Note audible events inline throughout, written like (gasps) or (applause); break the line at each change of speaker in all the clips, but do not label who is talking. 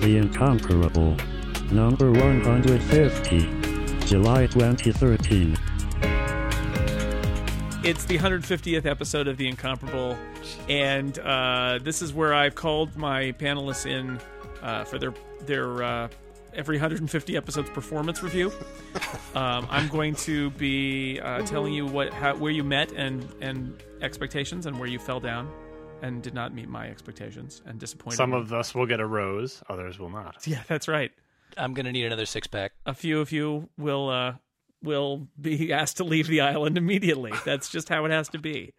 The Incomparable. Number 150. July 2013.
It's the 150th episode of The Incomparable, and uh, this is where I've called my panelists in uh, for their their uh, every 150 episodes performance review. Um, I'm going to be uh, telling you what how, where you met and and expectations, and where you fell down and did not meet my expectations and disappointed.
Some
Mm-hmm.
me.
of us will get a rose, others will
(laughs)
not.
yeah, that's right.
I'm gonna need another six pack.
A few of you will uh, will be (laughs) asked to leave the island immediately. That's just how it has to be.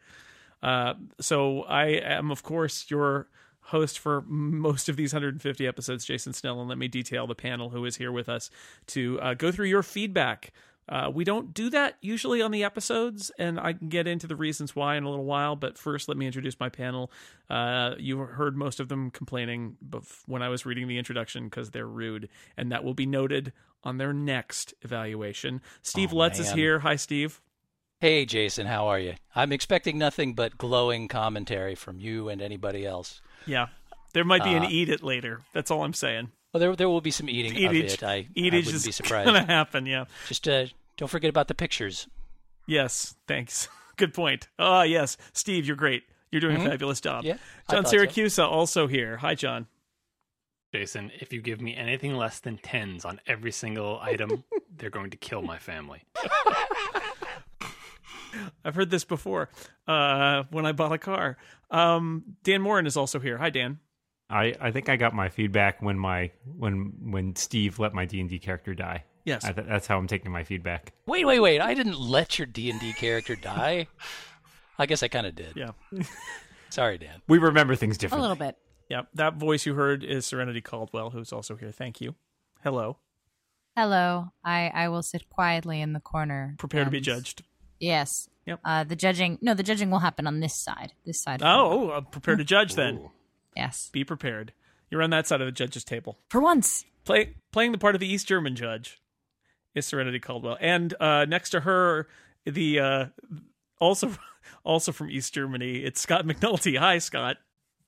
Uh, so I am, of course, your host for most of these 150 episodes, Jason Snell, and let me detail the panel who is here with us to uh, go through your feedback. Uh, we don't do that usually on the episodes, and I can get into the reasons why in a little while. But first, let me introduce my panel. Uh, you heard most of them complaining bef- when I was reading the introduction because they're rude, and that will be noted on their next evaluation. Steve
Oh,
Lutz is
man.
here. Hi, Steve.
Hey Jason, how are you? I'm expecting nothing but glowing commentary from you and anybody else.
Yeah. There might be an
Uh,
eat it later. That's all I'm saying.
Well, there there will be some eating of
Eatage,
it. I, I
eatage
wouldn't
is
be surprised.
gonna (laughs) happen. Yeah.
Just uh, don't forget about the pictures.
Yes. Thanks. (laughs) Good point. Ah, yes. Steve, you're great. You're doing a fabulous job.
Mm-hmm. Yeah, I
John
thought so.
Syracusa also here. Hi, John.
Jason, if you give me anything less than tens on every single
(laughs)
item, they're going to kill my family.
I've heard this before. Uh, when I bought a car, um, Dan Morin is also here. Hi, Dan.
I, I think I got my feedback when my when when Steve let my D and D character die.
Yes.
I th- that's how I'm taking my feedback.
Wait, wait, wait! I didn't let your D and D character die. I guess I kind of did.
Yeah.
Sorry, Dan.
We remember things
Oh,
A
differently.
little bit.
Yeah. That voice you heard is Serenity Caldwell, who's also here. Thank you. Hello.
Hello. I, I will sit quietly in the corner.
Prepare to be
Um,
and-
judged.
Yes.
Yep.
Uh, the judging. No, the judging will happen on this side. This side.
Oh, uh, prepare to judge then.
Yes.
Be prepared. You're on that side of the judge's table.
For once.
play, playing the part of the East German judge is Serenity Caldwell, and uh, next to her, the uh, also (laughs) also from East Germany, it's Scott McNulty. Hi, Scott.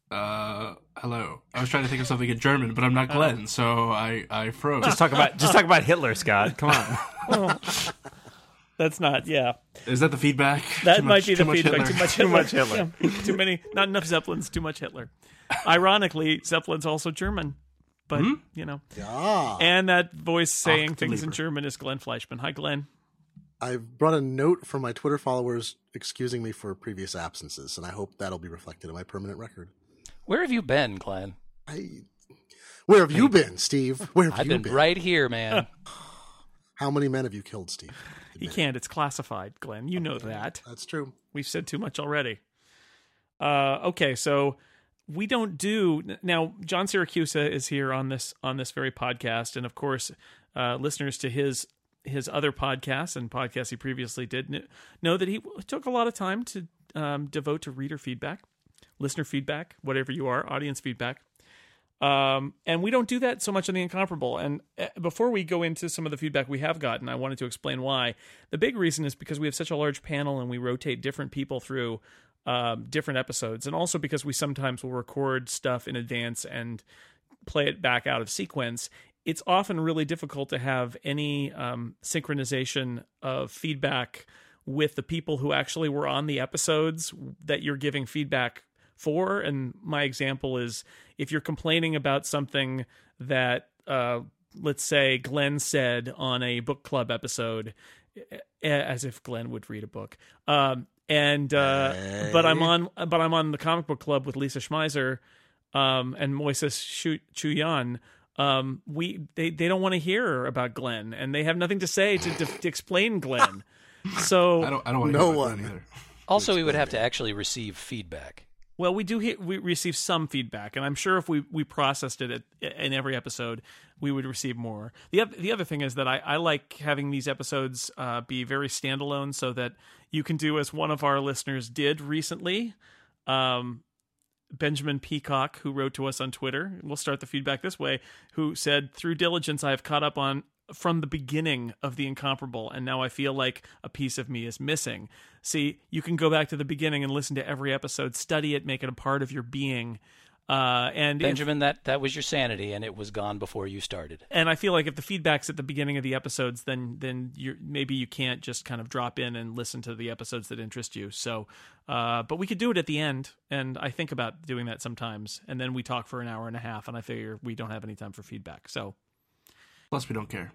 Uh, hello. I was trying to think of something in German, but I'm
Uh,
not Glenn, so I I froze.
Just talk about just talk about Hitler, Scott. Come on.
That's not yeah.
Is that the feedback?
That
Too
might
much-
be the
too much
feedback.
Hitler.
Too much Hitler. Too much Hitler. too many. Not enough Zeppelins. Too much Hitler. Ironically, Zeppelin's also German, but
Hmm?
you know. And that voice saying things in
Octolieber.
German is Glenn Fleischman. Hi, Glenn.
I've brought a note from my Twitter followers excusing me for previous absences, and I hope that'll be reflected in my permanent record.
Where have you been, Glenn?
I, where have you been, Steve? Where have
I've
you
been
been?
right
(laughs)
here, man.
How many men have you killed, Steve?
He can't. It's classified, Glenn. You know that.
That's true.
We've said too much already. Uh, okay, so we don't do now. John Syracusa is here on this on this very podcast, and of course, uh, listeners to his his other podcasts and podcasts he previously did kn- know that he w- took a lot of time to um, devote to reader feedback, listener feedback, whatever you are, audience feedback. Um, and we don't do that so much on the incomparable. And uh, before we go into some of the feedback we have gotten, I wanted to explain why. The big reason is because we have such a large panel and we rotate different people through um, different episodes, and also because we sometimes will record stuff in advance and play it back out of sequence. It's often really difficult to have any um, synchronization of feedback with the people who actually were on the episodes that you're giving feedback for. And my example is if you're complaining about something that, uh, let's say, Glenn said on a book club episode, eh, as if Glenn would read a book. Um, and uh, but I'm on but I'm on the comic book club with Lisa Schmeiser um, and Moises Chu- Chuyan. Um, we they they don't want to hear about Glenn, and they have nothing to say to, def- to explain
(laughs)
Glenn. So
I don't. I don't want to
No
hear about that
one.
either.
Also, we would have to actually receive feedback.
Well, we do he we receive some feedback, and I'm sure if we, we processed it at, in every episode, we would receive more. the oth- The other thing is that I, I like having these episodes uh, be very standalone, so that you can do as one of our listeners did recently, um, Benjamin Peacock, who wrote to us on Twitter. We'll start the feedback this way. Who said, "Through diligence, I have caught up on." From the beginning of the incomparable, and now I feel like a piece of me is missing. See, you can go back to the beginning and listen to every episode, study it, make it a part of your being, Uh, and if-
Benjamin, that, that was your sanity, and it was gone before you started.
and I feel like if the feedback's at the beginning of the episodes, then then you maybe you can't just kind of drop in and listen to the episodes that interest you. So, uh, but we could do it at the end, and I think about doing that sometimes. And then we talk for an hour and a half, and I figure we don't have any time for feedback. So,
Plus, we don't care.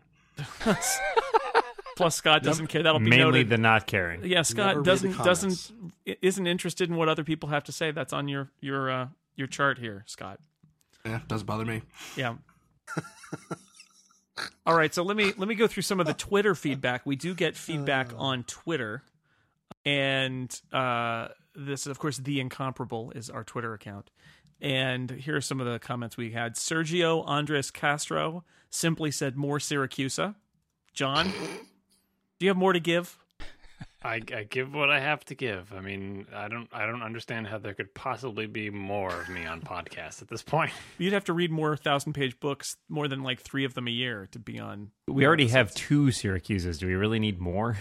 plus Scott doesn't care. That'll be
Mainly
noted.
the not caring.
yeah,
Never
Scott
read the
doesn't
comments.
doesn't i- isn't interested in what other people have to say. That's on your your uh, your chart here, Scott.
Yeah, doesn't bother me.
Yeah. (laughs) All right, so let me let me go through some of the Twitter feedback. We do get feedback on Twitter, and uh, this, of course, the incomparable is our Twitter account. And here are some of the comments we had: Sergio Andres Castro simply said, "More Syracusa." John, do you have more to give?
(laughs) I, I give what I have to give. I mean, I don't I don't understand how there could possibly be more of me on podcasts at this point.
You'd have to read more thousand-page books, more than like three of them a year, to be on.
We already have two Syracuses. Do we really need more?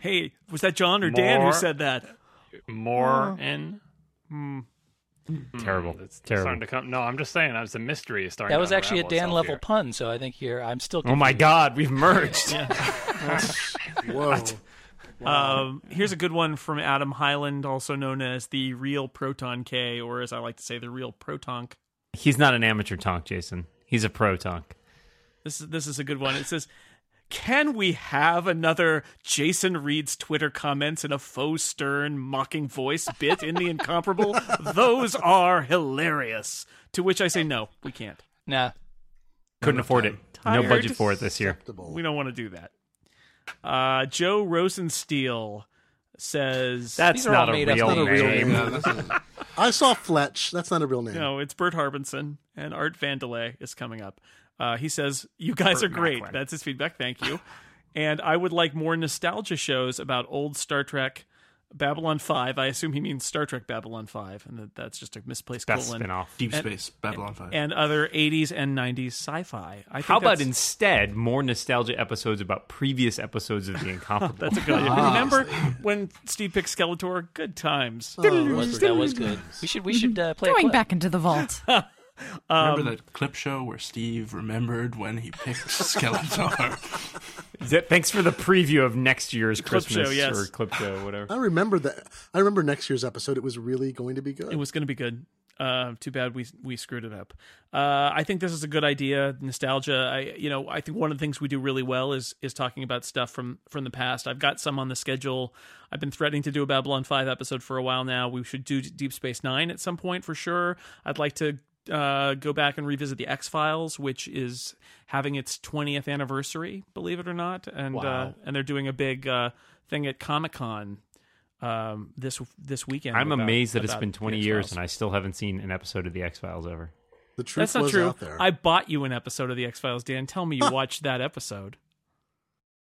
Hey, was that John or Dan who
More?
said that?
More in
Hmm,
(laughs) Terrible.
it's
Terrible.
starting to come. No, I'm just saying, it's a mystery is starting.
That
to
was actually a
unravel
Dan
itself
level
here.
pun, so I think here I'm still.
Oh my
confused.
God,
(laughs)
we've merged.
Whoa.
Um, here's a good one from Adam Highland, also known as the real Proton K, or as I like to say, the real Protonk.
He's not an amateur tonk, Jason. He's a pro tonk.
This is this is a good one. It says, "Can we have another Jason Reed's Twitter comments in a faux stern, mocking voice bit in the incomparable? Those are hilarious." To which I say, "No, we can't.
Nah,
Couldn't afford it. No
Tired.
budget for it this year.
Acceptable.
We don't want to do that." Uh, Joe Rosensteel says,
That's
These are all
not a
made up.
real
Not a real
name.
Yeah, this is,
I saw Fletch. That's not a real name.
No, it's Bert Harbinson and Art Vandelay is coming up. Uh, he says, "You guys are great." That's his feedback. Thank
(laughs)
you. and I would like more nostalgia shows about old Star Trek, Babylon Five. I assume he means Star Trek Babylon Five, and that, that's just a misplaced
Best
colon.
spinoff.
Deep Space, Babylon 5.
And other '80s and '90s sci-fi. I think
How about
that's-
instead more nostalgia episodes about previous episodes of The
(laughs)
Incomparable?
That's a good.
(laughs)
idea. Remember when Steve picked Skeletor? Good times.
(laughs)
Oh,
was, that was good. We should we should uh, play. a
Going
clip.
back into the vault.
um,
Remember that clip show where Steve remembered when he
(laughs)
picked Skeletor?
Th- Thanks for the preview of next year's
Clip show,
Christmas
yes.
or clip show,
(sighs)
I
whatever.
remember that. I remember next year's episode. It was really going to be good.
It was going to be good. Uh, too bad we we screwed it up. Uh, I think this is a good idea. Nostalgia. I you know I think one of the things we do really well is is talking about stuff from from the past. I've got some on the schedule. I've been threatening to do a Babylon Five episode for a while now. We should do Deep Space Nine at some point for sure. I'd like to uh, go back and revisit the X Files, which is having its 20th anniversary, believe it or not, and uh,
Wow.
and they're doing a big uh, thing at Comic Con um, this this weekend.
I'm
about-
amazed that it's
about
been 20
the
years
X-Files.
and I still haven't seen an episode of The X Files ever.
the truth
That's not
was
true.
out there. Oh,
I bought you an episode of the X Files, Dan. Tell
(laughs)
me you watched that episode.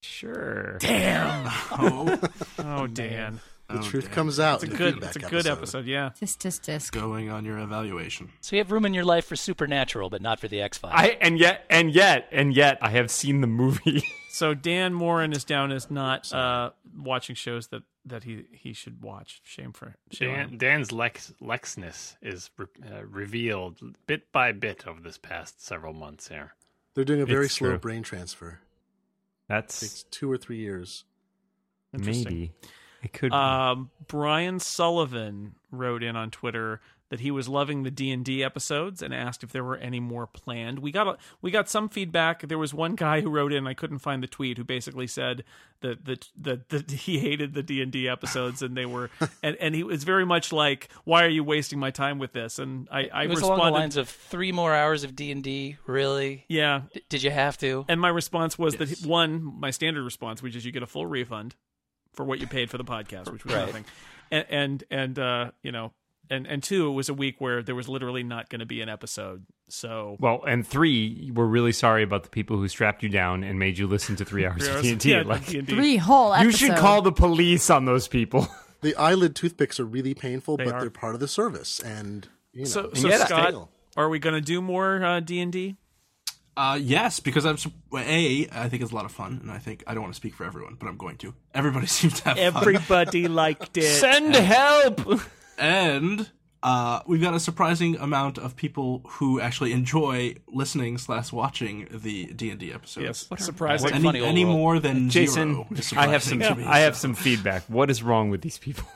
Sure.
Damn.
oh,
Oh, Dan.
the
Oh,
truth
damn.
comes out.
It's a
in the
good.
feedback
It's a good episode. Yeah.
Tisk, tisk, tisk.
Going on your evaluation.
So you have room in your life for Supernatural, but not for the X Files.
I and yet and yet and yet I have seen the movie. (laughs)
So Dan Morin is down as not uh, watching shows that that he he should watch. Shame for shame. on
Dan,
him.
Dan's Lex Lexness is re, uh, revealed bit by bit over this past several months here.
They're doing a very
It's
slow
true.
brain transfer.
That's
Takes two or three years.
Interesting.
maybe Uh, it could. be.
Um, Brian Sullivan wrote in on Twitter that he was loving the D and D episodes and asked if there were any more planned. We got a, we got some feedback. There was one guy who wrote in. I couldn't find the tweet. Who basically said that that that, that (laughs) he hated the D and D episodes and they
(laughs)
were and and he was very much like, why are you wasting my time with this? And I I
it was
responded,
along the lines of three more hours of D and D. Really?
yeah.
D- did you have to?
And my response was
Yes.
that one, my standard response, which is you get a full refund for what you paid for the podcast, which was
Right.
nothing. And and, and uh, you know, and and two, it was a week where there was literally not going to be an episode. So
well, and three, we're really sorry about the people who strapped you down and made you listen to three hours of TNT.
Yeah,
like,
D&D.
Three whole
you
episodes.
should call the police on those people.
The eyelid toothpicks are really painful,
They
but
are.
they're part of the service. And you know,
So,
it's
so
yet I
Scott,
fail.
are we going to do more D and D?
Uh, yes, because I'm su- well, a. I think it's a lot of fun, and I think I don't want to speak for everyone, but I'm going to. (laughs) Everybody seems to have fun,
Everybody liked it.
Send help.
and Uh, we've got a surprising amount of people who actually enjoy listening slash watching the D and D episodes.
Yes,
What a-
surprising.
what a
any,
funny old
any
world.
more than
Uh, Jason,
zero is
I have
surprising
some.
to me,
I have
so.
some feedback. What is wrong with these people?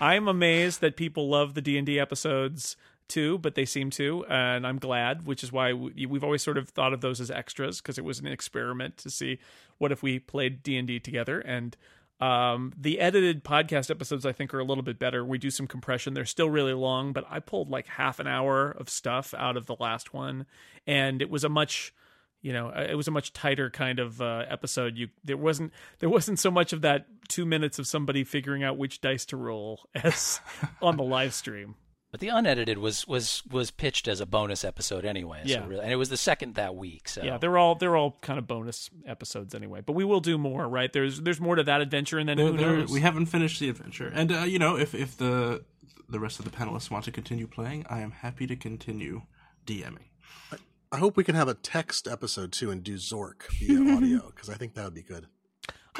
I'm amazed that people love the D and D episodes too, but they seem to, and I'm glad, which is why we- we've always sort of thought of those as extras because it was an experiment to see what if we played D and D together. And um, the edited podcast episodes, I think, are a little bit better. We do some compression; they're still really long, but I pulled like half an hour of stuff out of the last one, and it was a much you know uh, it was a much tighter kind of uh, episode you there wasn't there wasn't so much of that two minutes of somebody figuring out which dice to roll (laughs) as on the live stream
But the unedited was was was pitched as a bonus episode anyway.
Yeah.
So really, and it was the second that week. So
yeah they're all they're all kind of bonus episodes anyway but we will do more right there's there's more to that adventure and then
There-
who
there-
knows
we haven't finished the adventure, and uh, you know, if if the the rest of the panelists want to continue playing, I am happy to continue DMing.
I hope we can have a text episode too and do Zork
(laughs)
via audio because I think that would be good.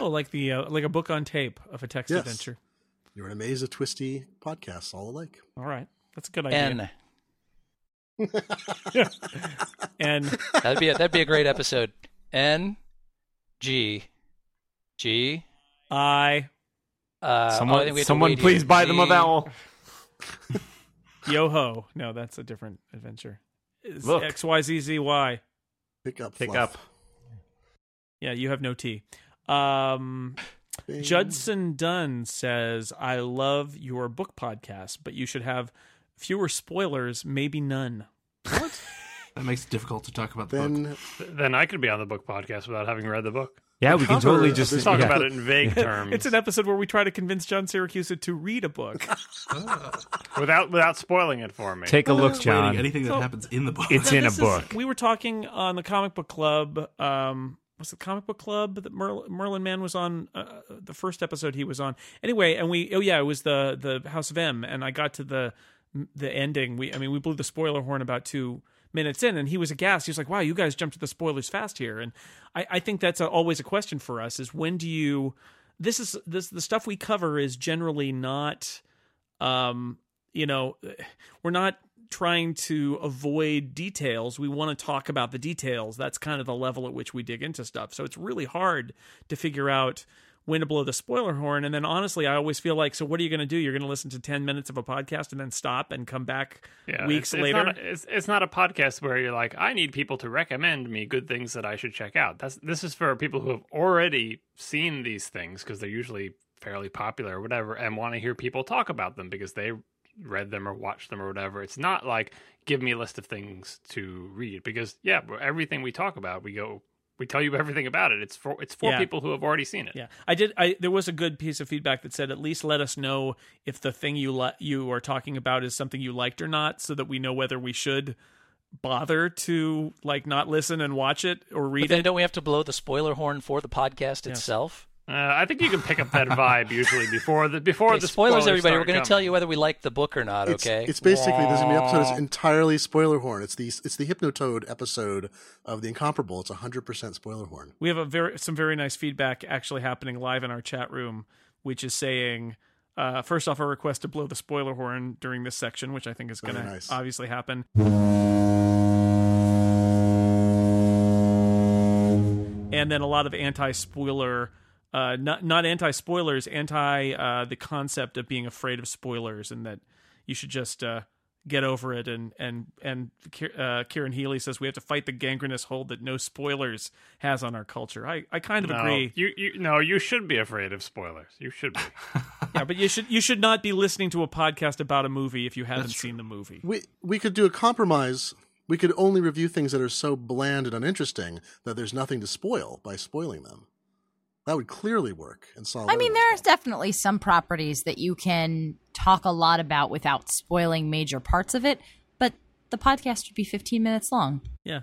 oh like the uh, like a book on tape of a text
Yes.
adventure
You're an amaze of twisty podcasts all alike.
all right that's a good idea
and
and
that'd be a, that'd be a great episode. N G G.
i (laughs)
Uh, oh, I think we have
someone,
to
someone,
wait here.
please buy them a
G-
vowel.
yo ho no that's a different adventure It's
Look.
xyzzy
Pick up,
Pick
fluff.
up.
yeah you have no t um
Bing.
Judson Dunn says, I love your book podcast, but you should have fewer spoilers, maybe none.
That makes it difficult to talk about the book.
Then
Th- Then I could be on the book podcast without having read the book.
Yeah, we can
cover
totally
of
just
this
Let's talk
yeah.
about it in
(laughs)
vague terms.
It's an episode where we try to convince John Syracuse to read a book.
without without spoiling it for me.
Take a look,
Explaining
John.
anything that happens in the book.
It's in a
This is-
book.
we were talking on the comic book club. Um, was the comic book club that Merl- Merlin Mann was on? Uh, the first episode he was on. Anyway, and we oh yeah, it was the the House of M, and I got to the the ending. We I mean we blew the spoiler horn about two minutes in, and he was aghast. He was like, "Wow, you guys jumped to the spoilers fast here." And I, I think that's a, always a question for us: is when do you this is this the stuff we cover is generally not um you know we're not trying to avoid details we want to talk about the details that's kind of the level at which we dig into stuff so it's really hard to figure out when to blow the spoiler horn and then honestly i always feel like so what are you going to do you're going to listen to 10 minutes of a podcast and then stop and come back
Yeah,
weeks
it's, it's
later
not a- it's, it's not a podcast where you're like, I need people to recommend me good things that I should check out. That's this is for people who have already seen these things because they're usually fairly popular or whatever, and want to hear people talk about them because they read them or watched them or whatever. It's not like give me a list of things to read because yeah, everything we talk about, we go, we tell you everything about it. It's for it's for
Yeah.
people who have already seen it.
Yeah, I did. I there was a good piece of feedback that said at least let us know if the thing you li- you are talking about is something you liked or not, so that we know whether we should bother to like not listen and watch it or
But
read
then
it.
don't we have to blow the spoiler horn for the podcast itself?
Uh, I think you can pick up that vibe usually before the before
Okay,
the
spoilers, everybody. We're
going to
tell you whether we like the book or not.
it's,
okay.
it's basically this is gonna be episode is entirely spoiler horn. It's the it's the Hypnotoad episode of the Incomparable. It's hundred percent spoiler horn.
We have a very some very nice feedback actually happening live in our chat room, which is saying. Uh, first off, a request to blow the spoiler horn during this section, which I think is going to
Very nice.
obviously happen. and then a lot of anti-spoiler uh not not anti-spoilers anti uh the concept of being afraid of spoilers and that you should just uh get over it and and and Ki- uh Kieran Healy says we have to fight the gangrenous hold that no spoilers has on our culture. I I kind of
No, (laughs)
agree.
You, you, no, you should be afraid of spoilers. You should
(laughs)
be.
Yeah, but you should you should not be listening to a podcast about a movie if you haven't seen the movie.
We we could do a compromise. We could only review things that are so bland and uninteresting that there's nothing to spoil by spoiling them. That would clearly work and solve.
I mean,
everyone's
there are
problem.
definitely some properties that you can talk a lot about without spoiling major parts of it, but the podcast would be 15 minutes long.
Yeah.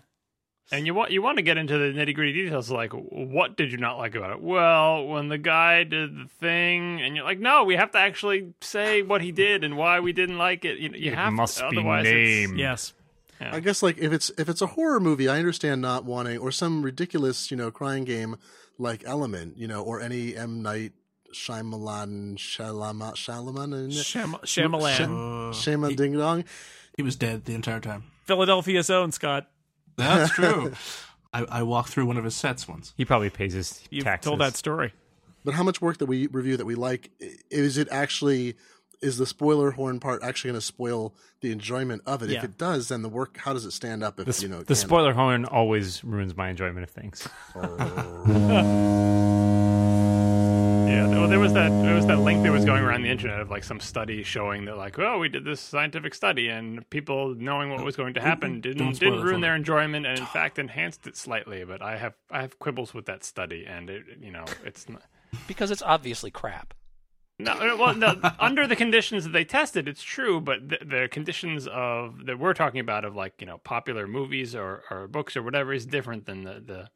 and you want you want to get into the nitty gritty details, like what did you not like about it? Well, when the guy did the thing, and you're like, no, we have to actually say what he did and why we didn't like it. You, you
It
have
must
to,
be
otherwise it's-
named.
Yes.
I guess like if it's if it's a horror movie, I understand not wanting or some ridiculous you know crying game like Element, you know, or any M Night Shyamalan Shyamalan Shyamalan.
Sham- Shyamalan.
Uh,
Shame on
he,
Ding Dong.
(laughs) he was dead the entire time.
Philadelphia's own Scott.
That's true. I, I walked through one of his sets once.
He probably pays his
You've
taxes.
told that story.
But how much work that we review that we like i- is it actually is the spoiler horn part actually going to spoil the enjoyment of it?
Yeah.
If it does, then the work how does it stand up? If
the, s-
you know,
the
it can?
spoiler horn always ruins my enjoyment of things.
Yeah, th- well, there was that there was that link that was going around the internet of like some study showing that like, oh, we did this scientific study and people knowing what was going to happen
don't
didn't
spoil
didn't
it
ruin
for
their enjoyment and in fact enhanced it slightly. But I have I have quibbles with that study, and it, you know it's not,
because it's obviously crap.
no uh, well
(laughs)
no, under the conditions that they tested, it's true. But the, the conditions of that we're talking about of like you know popular movies or or books or whatever is different than the the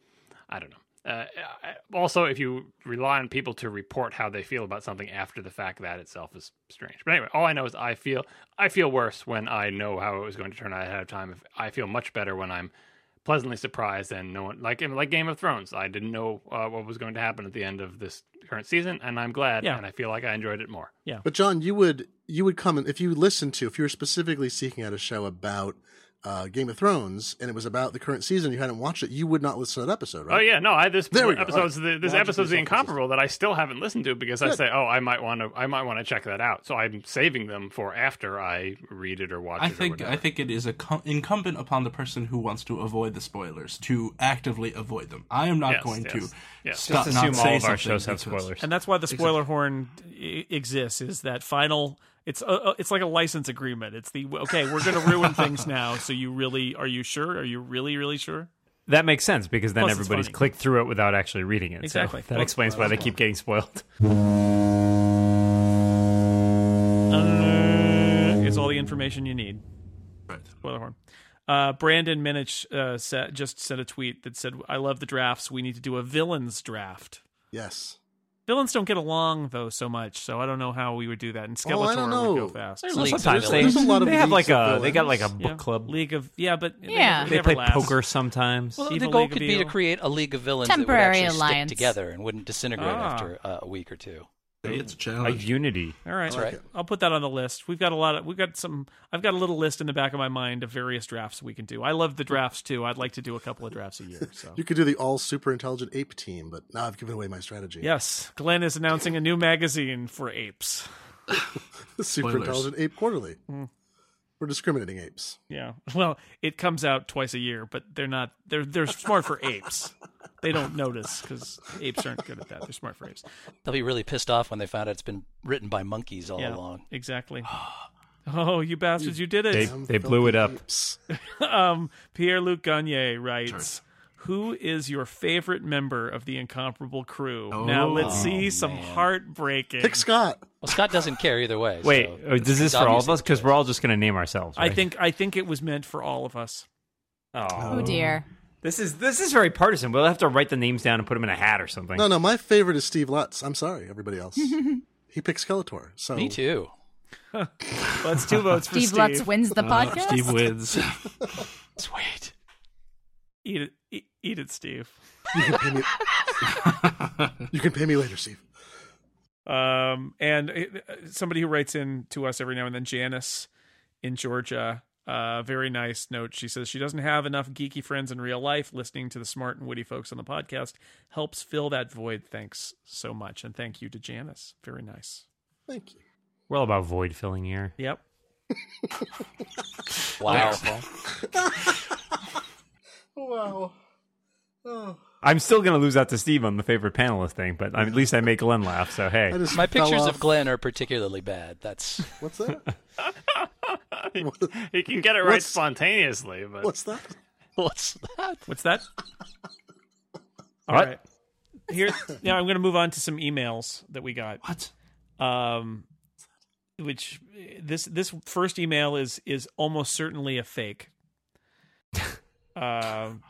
I don't know. Uh, I- also, if you rely on people to report how they feel about something after the fact, that itself is strange. But anyway, all I know is I feel I feel worse when I know how it was going to turn out ahead of time. If I feel much better when I'm pleasantly surprised and no one like like Game of Thrones. I didn't know uh, what was going to happen at the end of this current season, and I'm glad,
Yeah.
and I feel like I enjoyed it more.
But John, you would you would come and if you listened to if you were specifically seeking out a show about uh, Game of Thrones and it was about the current season, you hadn't watched it, you would not listen to that episode,
Oh
right?
yeah, no, I this
There we go.
episode's
All right.
the, this
Logically
episode's the
self-consistent.
incomparable that I still haven't listened to because I
Good.
say, oh, I might want to, I might want to check that out. So I'm saving them for after I read it or watch
I
it. or
think
whatever.
I think it is a com- incumbent upon the person who wants to avoid the spoilers to actively avoid them. I am not
Yes,
going
yes,
to
yes.
stop
Just
not
assume
say
all of our
something
shows have
because-
spoilers.
And that's why the spoiler horn i- exists is that final it's a, it's like a license agreement. It's the okay, we're going to ruin things now, so you really are you sure? Are you really really sure?
That makes sense because then
Plus it's
everybody's
funny.
clicked through it without actually reading it. so
Exactly.
that explains why they keep
(laughs)
getting spoiled.
Uh, it's all the information you need.
Right.
Spoiler horn. Uh, Brandon Minich uh, sa just sent a tweet that said, "I love the drafts. We need to do a villains draft.
Yes.
Villains don't get along though so much, so I don't know how we would do that." And
Oh, I
Skeletor would
don't know.
go fast.
There's
So
leagues of
sometimes they,
villains.
There's a lot of
they have like
leagues
a
of
they got like a
villains.
book
Yeah.
club.
League of yeah, but they
Yeah.
never-
They
never
play
last.
poker sometimes.
Well, the
Evil
goal
League of
could be to
Evil.
create a league of villains
Temporary
that would actually
alliance.
stick together and wouldn't disintegrate
Ah.
after uh, a week or two.
It's a
a
challenge.
unity.
All right,
That's right.
I'll put that on the list. We've got a lot of we've got some I've got a little list in the back of my mind of various drafts we can do. I love the drafts too. I'd like to do a couple of drafts a year. So
You could do the all super intelligent ape team, but now I've given away my strategy.
Yes, Glenn is announcing a new magazine for apes.
(laughs) super
Spoilers.
intelligent ape quarterly. We're discriminating apes.
Yeah. Well, it comes out twice a year, but they're not they're they're smart for apes. They don't notice cuz apes aren't good at that. They're smart for apes.
They'll be really pissed off when they found out it's been written by monkeys all
yeah.
along.
Exactly. (gasps) Oh, you bastards, you did it.
They
Damn
they blew it up.
filthy apes.
um, Pierre Luc Gagne writes, "Who is your favorite member of the incomparable crew?" now let's see some heartbreaking.
Oh, Pick Scott.
Well, Scott doesn't care either way.
Wait,
so
oh, does this
he's
for all of
obviously-
us? Because we're all just going to name ourselves.
I
right?
think I think it was meant for all of us.
Oh,
Oh dear.
this is this is very partisan. We'll have to write the names down and put them in a hat or something.
No, no, my favorite is Steve Lutz. I'm sorry,
(laughs)
everybody else. he picks Skeletor. So
Me too.
Well, that's
(laughs)
two votes for Steve.
Steve Lutz wins the
Uh,
podcast. (laughs)
Steve wins. (laughs)
Sweet.
Eat it, eat, eat it, Steve.
You
(laughs)
can pay me. you can pay me later, Steve.
Um, and it, somebody who writes in to us every now and then, Janice in Georgia. Uh, very nice note. She says she doesn't have enough geeky friends in real life. Listening to the smart and witty folks on the podcast helps fill that void. Thanks so much, and thank you to Janice. Very nice.
Thank you.
we're all about void filling here.
Yep.
Wow.
Wow. Oh.
I'm still going to lose out to Steve on the favorite panelist thing, but I'm- at least I make Glenn laugh. So hey,
I just
My
fell
pictures
off.
of Glenn are particularly bad.
(laughs)
That's
What's that?
he, he can get it right
What's-
spontaneously, but
What's that?
what's that?
What's that? All
(laughs) What?
right. Here now I'm going to move on to some emails that we got.
What?
Um which this this first email is is almost certainly a fake.
(laughs)
Um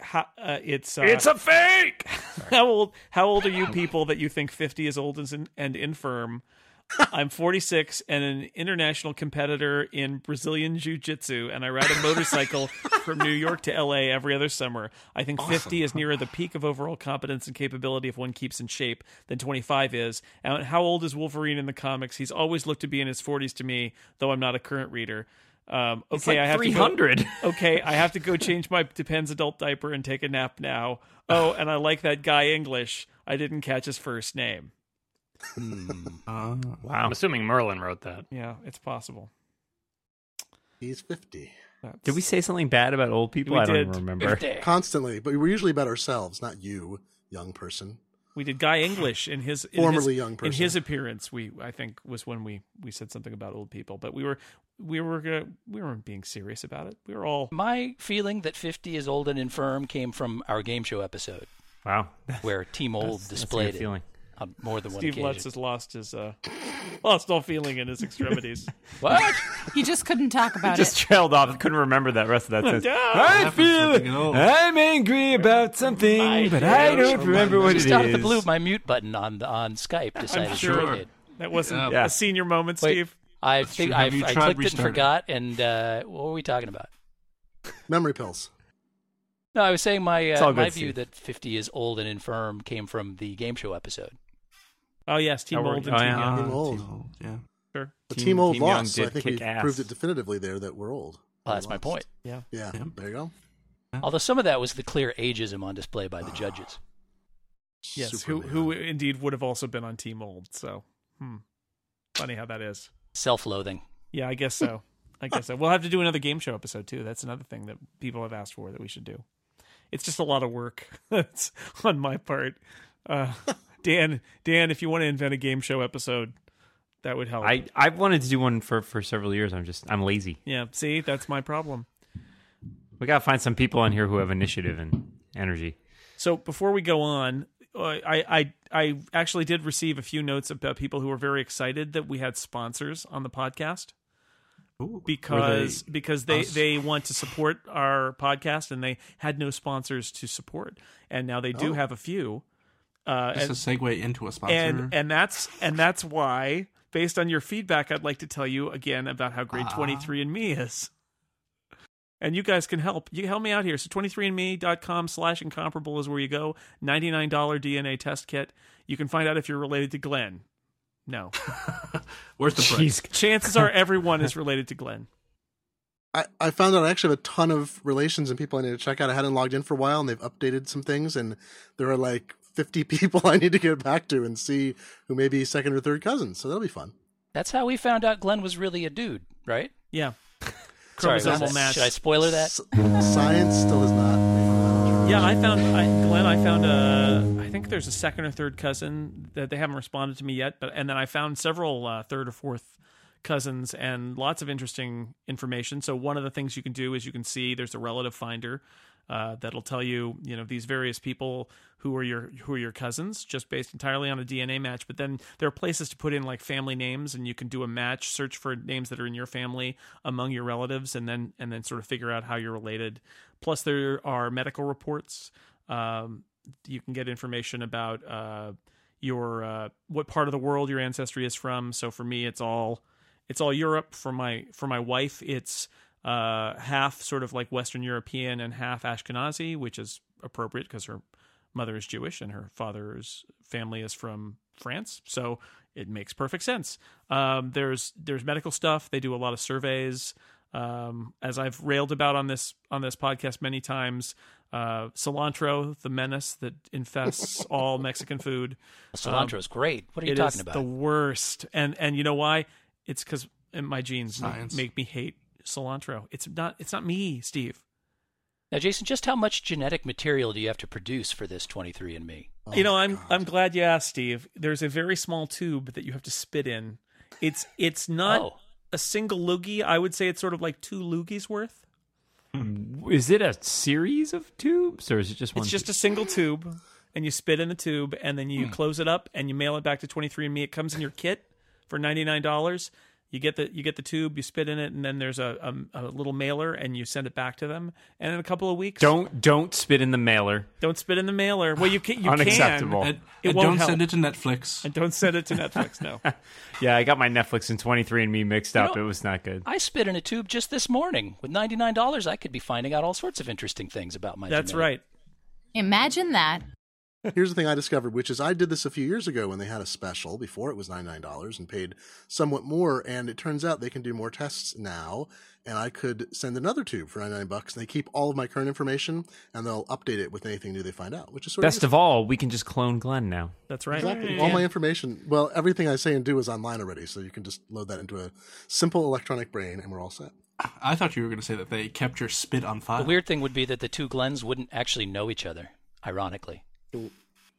ha- uh, it's uh,
it's a fake.
(laughs) how old how old are you people that you think 50 is old and, and infirm I'm 46 and an international competitor in Brazilian Jiu Jitsu, and I ride a motorcycle from New York to LA every other summer. I think 50 is nearer the peak of overall competence and capability if one keeps in shape than 25 is. And how old is Wolverine in the comics? He's always looked to be in his 40s to me, though I'm not a current reader. Um, okay,
It's like
I have to go-
300.
okay, I have to go change my Depends adult diaper and take a nap now. Oh, and I like that guy English. I didn't catch his first name.
(laughs)
Uh,
Wow.
I'm assuming Merlin wrote that.
Yeah, it's possible.
He's 50.
That's-
(laughs) Did we say something bad about old people?
We
I don't
did.
even remember.
Constantly, but we're usually about ourselves, not you, young person.
We did Guy English in his in
Formerly
his,
young
in
person.
his appearance. We I think was when we we said something about old people, but we were we were uh, we weren't being serious about it. We were all
My feeling that 50 is old and infirm came from our game show episode
Wow.
where Team Old
That's- that's a good
displayed it
feeling.
on more than
Steve
one
Lutz
occasion.
has lost his uh lost all feeling in his extremities.
What?
He just couldn't talk about
Just
it.
trailed off. Couldn't remember that rest of that sentence. I
happens when you
feel
get old.
I'm angry about something, but I don't remember (laughs) what it is.
Just out of the blue, my mute button on the, on Skype decided
sure.
to did.
That wasn't
Yeah.
a senior moment,
Wait,
Steve.
I think
true.
I, I
Have you
clicked
tried
it and
restarting?
forgot. And uh, what were we talking about?
Memory pills.
No, I was saying my
It's
uh,
all
my
good,
view
Steve.
that 50 is old and infirm came from the game show episode.
Oh yes, Team
Oh, we're-
Old and
oh,
Team
yeah.
Young.
Team old.
old, yeah.
Sure.
The
Team-
team, old
Team Young
lost, so
did
I think
kick
we've
ass.
proved it definitively there that we're old.
Well,
We
that's my
lost.
point.
Yeah.
Yeah,
Yeah.
there you go.
Although some of that was the clear ageism on display by the
(sighs)
judges.
Yes.
Superman.
Who who indeed would have also been on Team Old. So hmm. funny how that is.
Self-loathing.
Yeah, I guess so. I guess so. We'll have to do another game show episode too. That's another thing that people have asked for that we should do. It's just a lot of work (laughs) It's on my part. Uh, Dan, Dan, if you want to invent a game show episode, that would help.
I I've wanted to do one for for several years. I'm just I'm lazy.
yeah, see, that's my problem.
We gotta find some people on here who have initiative and energy.
So before we go on, uh, I I I actually did receive a few notes about people who were very excited that we had sponsors on the podcast.
Ooh,
because because they
us?
they want to support our podcast and they had no sponsors to support and now they do
Oh.
have a few uh
Just
and,
a segue into a sponsor.
and and that's and that's why based on your feedback I'd like to tell you again about how
Ah.
great 23andme is and you guys can help you can help me out here so 23andme.com slash incomparable is where you go $99 dna test kit you can find out if you're related to glenn no
Where's the price?
chances are everyone is related to glenn
I, I found out I actually have a ton of relations and people I need to check out. I hadn't logged in for a while and they've updated some things and there are like 50 (laughs) people I need to get back to and see who may be second or third cousins. So that'll be fun.
That's how we found out Glenn was really a dude, right?
yeah
Sorry,
Chromosomal
was that-
match.
Should I spoiler that?
S- science still is not.
Yeah, I found I, Glenn. I found a. I think there's a second or third cousin that they haven't responded to me yet. But and then I found several uh, third or fourth cousins and lots of interesting information. So one of the things you can do is you can see there's a relative finder uh, that'll tell you you know these various people who are your who are your cousins just based entirely on a DNA match. But then there are places to put in like family names, and you can do a match search for names that are in your family among your relatives, and then and then sort of figure out how you're related. Plus, there are medical reports. Um, you can get information about uh, your uh, what part of the world your ancestry is from. So for me, it's all it's all Europe. For my for my wife, it's uh, half sort of like Western European and half Ashkenazi, which is appropriate because her mother is Jewish and her father's family is from France. So it makes perfect sense. Um, there's there's medical stuff. They do a lot of surveys. Um, as I've railed about on this on this podcast many times, uh, cilantro, the menace that
(laughs)
infests all Mexican food.
Cilantro's great. What are you
Um, It
talking
is
about?
the worst. And and you know why? It's because my genes ma-
Science.
make me hate cilantro. It's not it's not me, Steve.
Now, Jason, just how much genetic material do you have to produce for this 23andMe?
Oh
you know,
my
I'm
God.
I'm glad you asked, Steve. There's a very small tube that you have to spit in. It's it's not
Oh.
a single loogie. I would say it's sort of like two loogies worth.
Hmm, Is it a series of tubes or is it just one?
It's just a single tube, and you spit in the tube, and then you close it up, and you mail it back to 23andMe. It comes in your kit for ninety nine dollars. You get the you get the tube, you spit in it, and then there's a, a, a little mailer, and you send it back to them. And in a couple of weeks,
Don't don't spit in the mailer.
don't spit in the mailer. Well, you can you Can.
Unacceptable. Well,
and,
it
and
won't
don't
help.
send it to Netflix.
And don't send it to Netflix. No,
Yeah, I got my Netflix and 23andMe mixed up.
know-
it was not good.
I spit in a tube just this morning. With $99, I could be finding out all sorts of interesting things about my
that's
genetic-
right.
Imagine that.
Here's the thing I discovered, which is I did this a few years ago when they had a special before it was $99 and paid somewhat more. And it turns out they can do more tests now. And I could send another tube for 99 bucks. And they keep all of my current information and they'll update it with anything new they find out, which is sort
Best of all, we can just clone Glenn now.
That's right.
Exactly. All my information, well, everything I say and do is online already. So you can just load that into a simple electronic brain and we're all set.
I thought you were going to say that they kept your spit on file.
The weird thing would be that the two Glens wouldn't actually know each other, ironically.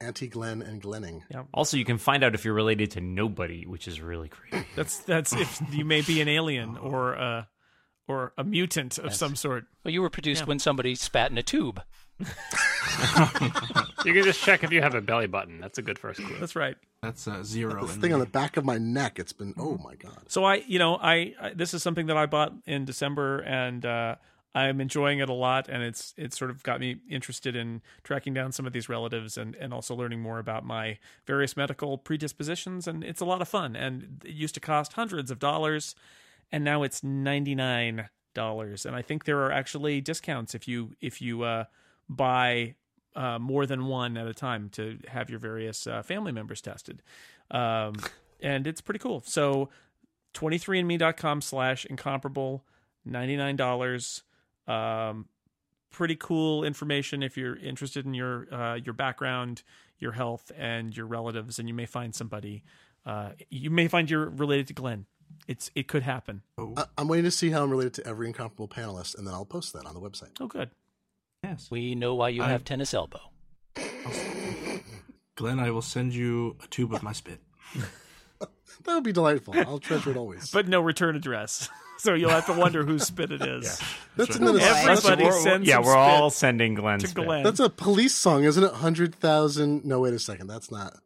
Anti Glenn and Glenning.
Also, you can find out if you're related to nobody, which is really creepy.
That's that's if you may be an alien or a or a mutant of some sort.
Well, you were produced when somebody spat in a tube.
You can just check if you have a belly button. That's a good first clue.
That's right.
That's uh, zero.
This
in
thing on
me.
the back of my neck, it's been, oh my God.
So I, you know, I, I this is something that I bought in December, and uh, I'm enjoying it a lot, and it's it's sort of got me interested in tracking down some of these relatives and and also learning more about my various medical predispositions, and it's a lot of fun. And it used to cost hundreds of dollars, and now it's ninety nine dollars, and I think there are actually discounts if you if you uh, buy. Uh, more than one at a time to have your various uh, family members tested, um, and it's pretty cool. So 23andme.com slash incomparable $99 um, pretty cool information if you're interested in your uh, your background your health and your relatives and you may find somebody uh, you may find you're related to glenn it's it could happen
I- I'm waiting to see how I'm related to every incomparable panelist, and then I'll post that on the website.
oh good
Yes.
We know why you
I-
have tennis elbow.
Glenn, I will send you a tube of my spit.
That would be delightful. I'll treasure it always.
(laughs) but no return address (laughs) so you'll have to wonder whose spit it is
that's,
right.
an- that's,
Everybody
We're-
sends
yeah,
some
we're all
spit
sending Glenn.
to
spit.
glenn
that's a police song, isn't it? 100,000. No, wait a second. That's not.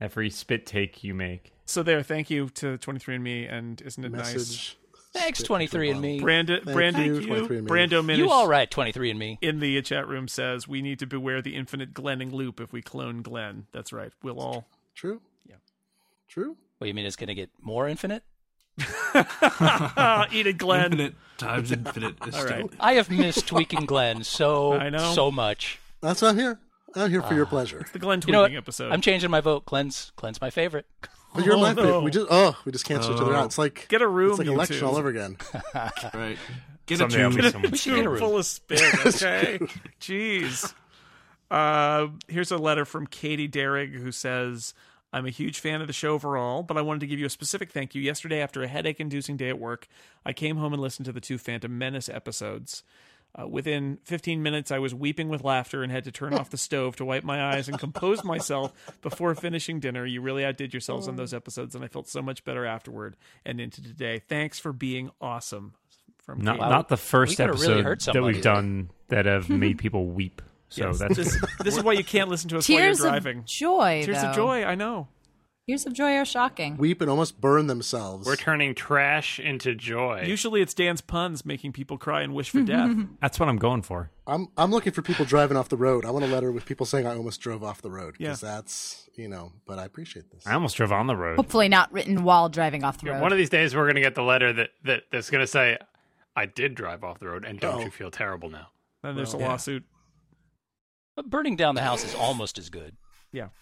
Every spit take you make.
so there thank you to 23andme and isn't it nice
Message.
Thanks,
Spit
23andMe.
into a
brando
bottle. Thank
brando
you, 23andMe.
brando Minish-
You all right, 23andMe.
in the chat room says we need to beware the infinite glenning loop if we clone Glenn. That's right. We'll all (laughs)
True? Yeah. True?
What do you mean it's going to get more infinite?
uh, eat it, Glenn.
Infinite times infinite
(laughs)
is still.
right.
I have missed tweaking Glenn
(laughs)
so
I know.
so much.
That's not here. I'm here
Ah.
for
(laughs)
your pleasure.
The Glenn tweeting
You know what?
episode.
I'm changing my vote. Glenn's Glenn's my favorite.
But you're
Oh,
my
no. Oh.
favorite. We just oh, we just cancel each other out. It's like
Get a room,
It's like
you
election
two.
all over again.
Right. Get
Someday I'll
a
be
tube.
someone.
(laughs)
We should get a room.
full of spit. Okay, jeez. Uh, here's a letter from Katie Derrig who says, "I'm a huge fan of the show overall, but I wanted to give you a specific thank you. Yesterday, after a headache-inducing day at work, I came home and listened to the two Phantom Menace episodes." Uh, within 15 minutes, I was weeping with laughter and had to turn off the stove to wipe my eyes and compose myself before finishing dinner. You really outdid yourselves on those episodes, and I felt so much better afterward and into today. Thanks for being awesome. From
Not
Katie.
not the first
could've really
episode
hurt
that
somebody.
we've done that have made people weep. So
Yes.
that's
(laughs)
this, this is why you can't listen to us
Tears
while you're
of
driving.
joy.
Tears of
though.
joy. I know.
Tears of joy are shocking.
Weep and almost burn themselves.
We're turning trash into joy.
Usually it's Dan's puns making people cry and wish
(laughs)
for death.
that's what I'm going for.
I'm I'm looking for people driving off the road. I want a letter with people saying I almost drove off the road because that's you know. But I appreciate this.
I almost drove on the road.
Hopefully not written while driving off the
Yeah,
road.
One of these days, we're gonna get the letter that, that that's gonna say, "I did drive off the road, and don't
Oh.
you feel terrible now?"
Then there's a
Well, yeah.
lawsuit.
But burning down the house is almost as good.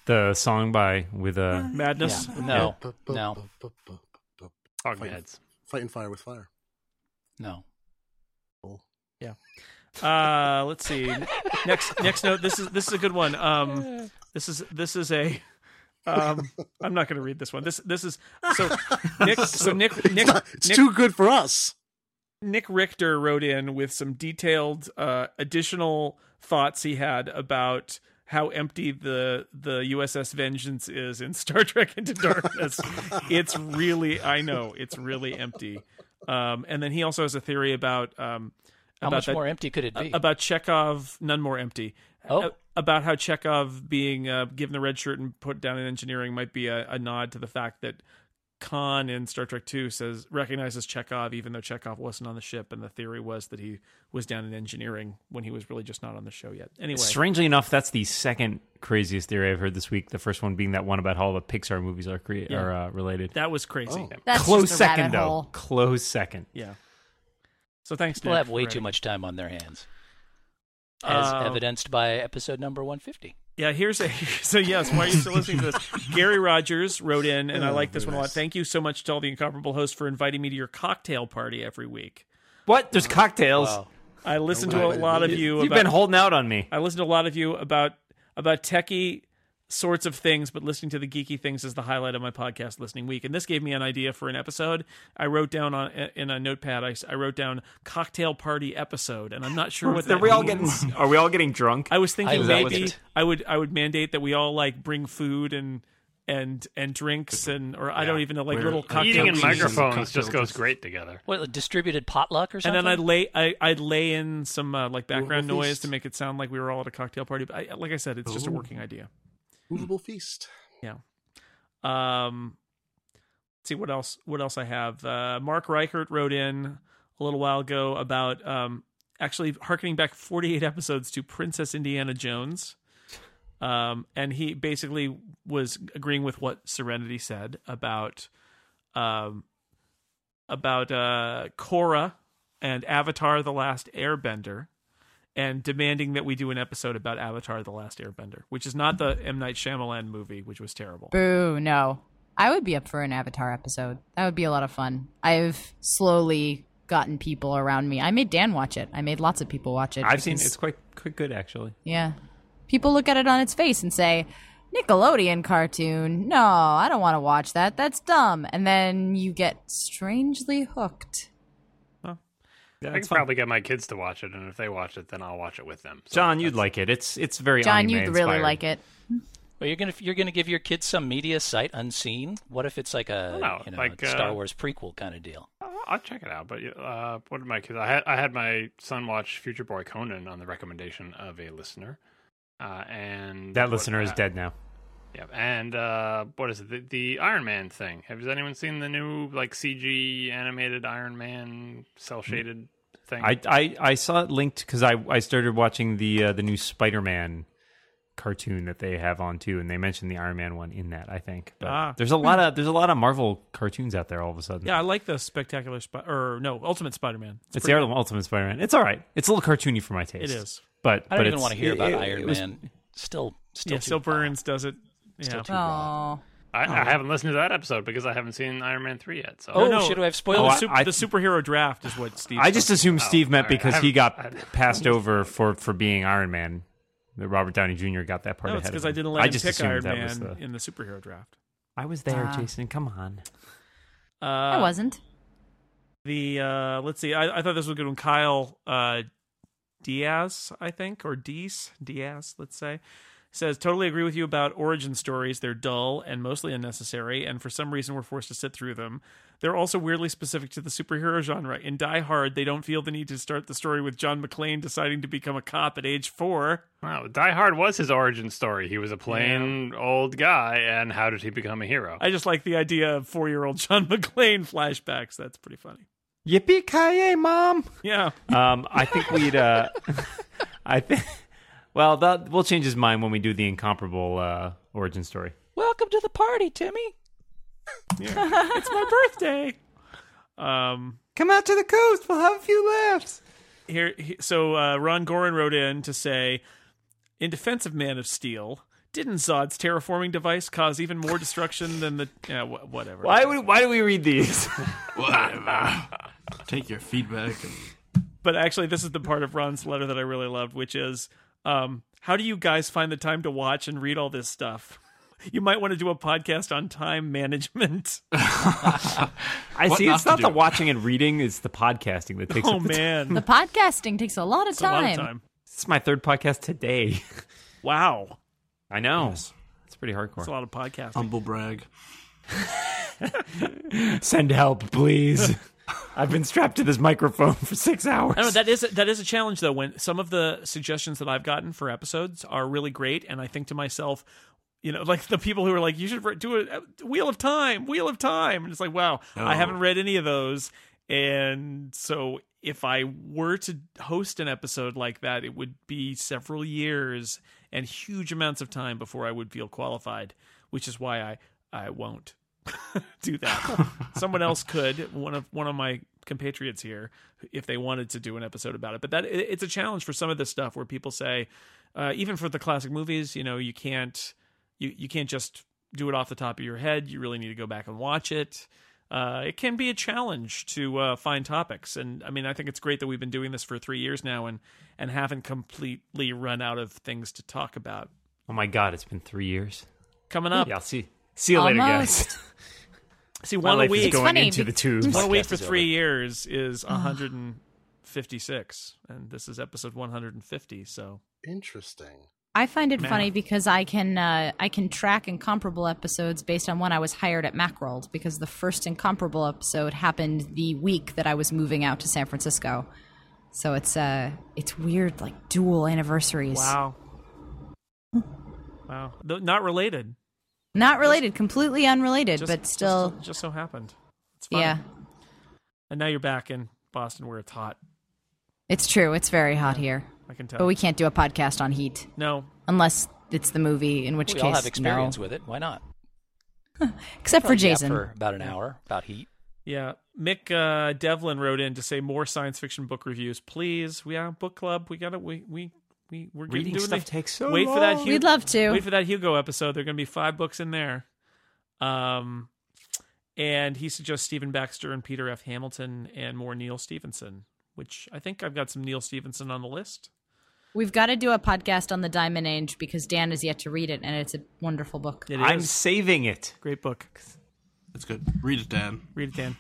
The song by with a
Madness.
Yeah. No, no,
Hog
Fight-
heads.
Fighting fire with fire.
no.
Uh, let's see. Next next note. This is this is a good one. Um, this is this is a. Um, I'm not going to read this one. This this is so Nick. So Nick Nick
It's
Nick,
too good for us.
Nick Richter wrote in with some detailed uh, additional thoughts he had about how empty the the USS Vengeance is in (laughs) Star Trek Into Darkness. it's really, I know, it's really empty. Um, and then he also has a theory about um,
How
about
much
that-
more empty could it be?
about Chekhov, none more empty.
Oh.
A- about how Chekhov being uh, given the red shirt and put down in engineering might be a, a nod to the fact that Khan in Star Trek Two says recognizes Chekhov even though Chekhov wasn't on the ship, and the theory was that he was down in engineering when he was really just not on the show yet. Anyway,
Strangely enough, that's the second craziest theory I've heard this week. The first one being that one about how all the Pixar movies are cre-
Yeah.
are uh, related.
that was crazy.
Oh.
That's
Close
just a rabbit
second, though.
hole.
Close second.
Yeah. So thanks.
People
Nick,
have way
for
too
writing.
much time on their hands, as
Um,
evidenced by episode number 150.
Yeah, here's a (laughs) so yes. Why are you still listening to this?
(laughs)
Gary Rogers wrote in, and I
Oh,
like this one a
very
lot.
nice.
Thank you so much to all the incomparable hosts for inviting me to your cocktail party every week.
What? There's cocktails.
Wow.
I listen to a
wow.
lot of you.
You've
about,
been holding out on me.
I listen to a lot of you about about techie sorts of things, but listening to the geeky things is the highlight of my podcast listening week. And this gave me an idea for an episode. I wrote down on in a notepad. I, s- I wrote down cocktail party episode, and I'm not sure
(laughs)
what.
Are
that
we all
means.
getting? Are we all getting drunk?
I was thinking
I love
maybe
it.
I would I would mandate that we all like bring food and and and drinks and or I don't even know like
We're
little cocktail
Eating and
pieces.
micro-
microphones just
Cocktail
goes
test.
great together.
What, a distributed potluck or
And
something?
then I'd lay I, I'd lay in some uh, like background
Movable
noise
feast.
to make it sound like we were all at a cocktail party. But I, like I said, it's just a
Ooh.
working idea.
Movable feast.
Um, let's see what else. What else I have? Uh, Mark Reichert wrote in a little while ago about um, actually harkening back 48 (laughs) episodes to Princess Indiana Jones. Um, and he basically was agreeing with what Serenity said about um, about uh, Korra and Avatar: The Last Airbender. And demanding that we do an episode about Avatar: The Last Airbender, which is not the M Night Shyamalan movie, which was terrible.
Boo, no. I would be up for an Avatar episode. That would be a lot of fun. I've slowly gotten people around me. I made Dan watch it. I made lots of people watch it.
I've seen
because-
it's quite quite good actually.
Yeah. People look at it on its face and say, Nickelodeon cartoon. No, I don't want to watch that. That's dumb. And then you get strangely hooked.
Yeah,
I can
it's fun.
probably get my kids to watch it, and if they watch it, then I'll watch it with them. So
John, you'd
that's-
like it. It's it's very
John,
anime
you'd really
inspired.
like it.
Well, you're gonna you're gonna give your kids some media sight unseen. What if it's like a
know,
you know
like,
a Star
uh,
Wars prequel kind of deal?
I'll- I'll check it out. But uh, what did my kids? I had I had my son watch Future Boy Conan on the recommendation of a listener, uh, and
That
what-
listener is
uh,
dead now.
Yeah, and uh, what is it? The, the Iron Man thing. Has anyone seen the new like CG animated Iron Man cell shaded thing?
I, I, I saw it linked because I, I started watching the uh, the new Spider Man cartoon that they have on too, and they mentioned the Iron Man one in that. I think. But
Ah.
There's a lot of there's a lot of Marvel cartoons out there all of a sudden.
Yeah, I like the spectacular Spi- or no Ultimate Spider-Man.
it's, the Ultimate Spider Man. It's all right. It's a little cartoony for my
It
taste.
is.
But
I
but
don't even
it's-
want to hear
it-
about
it-
Iron
it was-
Man. Still, still,
Yeah,
too
Still
far.
Burns does it. Yeah.
too-
Oh.
I, I haven't listened to that episode because I haven't seen Iron Man three yet. So
Oh,
no.
should we have
Well,
Oh,
spoilers?
the,
I-
sup-
I-
the superhero draft is what Steve.
I just
Oh,
assumed Steve meant
all right.
because
I
he got
haven't- I-
passed over for for being Iron Man. That Robert Downey Jr. got that part
no,
ahead
it's
of
because I
him.
didn't let
I
him
just
pick
assumed
Iron
that
Man
was the-
in the superhero draft.
I was there,
Ah.
Jason. Come on.
Uh,
I wasn't.
The uh, let's see. I, I thought this was a good one. Kyle uh, Diaz, I think, or Dees Diaz. Let's say says totally agree with you about origin stories. They're dull and mostly unnecessary, and for some reason we're forced to sit through them. They're also weirdly specific to the superhero genre. In Die Hard, they don't feel the need to start the story with John McClane deciding to become a cop at age four.
wow, Die Hard was his origin story. He was a plain old guy, and how did he become a hero?
I just like the idea of four-year-old John (laughs) McClane flashbacks. That's pretty funny.
Yippee ki mom!
Yeah.
Um, I think we'd. (laughs) Uh, I think. Well, that we'll change his mind when we do the incomparable uh, origin story.
Welcome to the party, Timmy.
it's my birthday. Um,
Come out to the coast. We'll have a few laughs.
here, he- so uh, Ron Gorin wrote in to say, in defense of Man of Steel, didn't Zod's terraforming device cause even more destruction than the? Yeah, wh- whatever.
Why would? Why do we read (laughs) these?
(laughs) Whatever. Take your feedback. And
But actually, this is the part of Ron's letter that I really loved, which is, um, how do you guys find the time to watch and read all this stuff? You might want to do a podcast on time management.
I
What
see.
not
It's
to
not the
do.
watching and reading. It's the podcasting that takes.
Oh
up the time.
man,
The podcasting takes a lot of
It's a lot
time.
of time.
It's my third podcast today.
Wow,
I know.
Yes.
It's pretty hardcore.
it's a lot of podcasting.
humble brag.
Send help, please. (laughs) I've been strapped to this microphone for six hours.
I don't know. That is that is a challenge though. When some of the suggestions that I've gotten for episodes are really great, and I think to myself, You know, like the people who are like, you should re- do a a Wheel of Time, Wheel of Time. And it's like, wow, I
Oh.
haven't read any of those. And so if I were to host an episode like that, it would be several years and huge amounts of time before I would feel qualified, which is why I, I won't do that. Someone else could, one of one of my compatriots here, if they wanted to do an episode about it. But that it- it's a challenge for some of this stuff where people say, uh, even for the classic movies, you know, you can't you you can't just do it off the top of your head. You really need to go back and watch it. Uh, it can be a challenge to uh, find topics, and I mean, I think it's great that we've been doing this for three years now, and and haven't completely run out of things to talk about.
Oh my god, it's been three years.
Coming up,
Yeah, I'll see. See you later, guys.
Almost.
see
My
one
life
a week.
is going
funny
into the
because-
(laughs) tubes.
One
Podcast
week for
is
three
over.
years is 156, and this is episode 150. So (laughs)
Interesting.
I find it
Math.
funny because I can uh, I can track incomparable episodes based on when I was hired at Macworld because the first incomparable episode happened the week that I was moving out to San Francisco. So it's uh it's weird like dual anniversaries.
wow, wow, Though not related,
Not related, completely unrelated,
just,
but
just-
still
just, so happened. It's funny.
yeah.
and now you're back in Boston where it's hot.
It's true. It's very hot here.
I can tell.
But we can't do a podcast on heat
no,
unless it's the movie in which
we
case
all have experience
no.
with it. Why not?
Except for
Probably yap
Jason.
for about an hour about heat.
yeah. Mick uh, Devlin wrote in to say more science fiction book reviews, please. We are book club. We gotta. We we we we're getting-
Reading
doing
stuff
the-
takes so
Wait for that.
long.
Hu-
We'd love to.
Wait for that Hugo episode. There are going to be five books in there. Um, and he suggests Stephen Baxter and Peter F. Hamilton and more Neil Stevenson, which I think I've got some Neil Stevenson on the list.
We've got to do a podcast on the Diamond Age because Dan is yet to read it, and it's a wonderful book.
It
I'm
is.
saving it.
great book.
It's good. Read it, Dan.
Read it, Dan.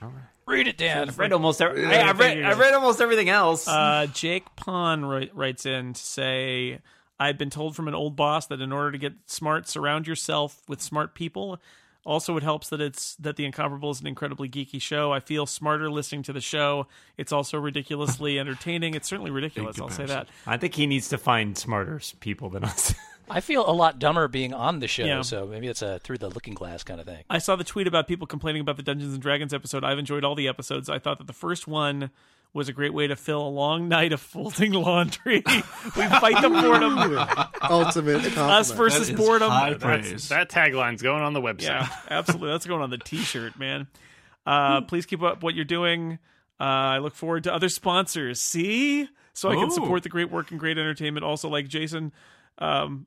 Read it, Dan.
I've read almost. Every- I, have read. I've read almost everything else.
Uh, Jake Pon wri- writes in to say, I've been told from an old boss that in order to get smart, surround yourself with smart people. Also, it helps that it's that the Incomparable is an incredibly geeky show. I feel smarter listening to the show. It's also
(laughs)
ridiculously entertaining. It's certainly ridiculous. I'll say that.
I think he needs to find smarter s- people than us. (laughs)
I feel a lot dumber being on the show,
Yeah.
so maybe it's a through the looking glass kind of thing.
I saw the tweet about people complaining about the Dungeons and Dragons episode. I've enjoyed all the episodes. I thought that the first one was a great way to fill a long night of folding laundry. (laughs) we fight the
(laughs)
boredom.
Ultimate compliment.
Us versus
That is
boredom.
High
That's,
praise.
that tagline's going on the website. (laughs)
Yeah, absolutely. That's going on the T-shirt, man. Uh, please keep up what you're doing. Uh, I look forward to other sponsors. See, so I can
Ooh.
support the great work and great entertainment. Also, like Jason, um,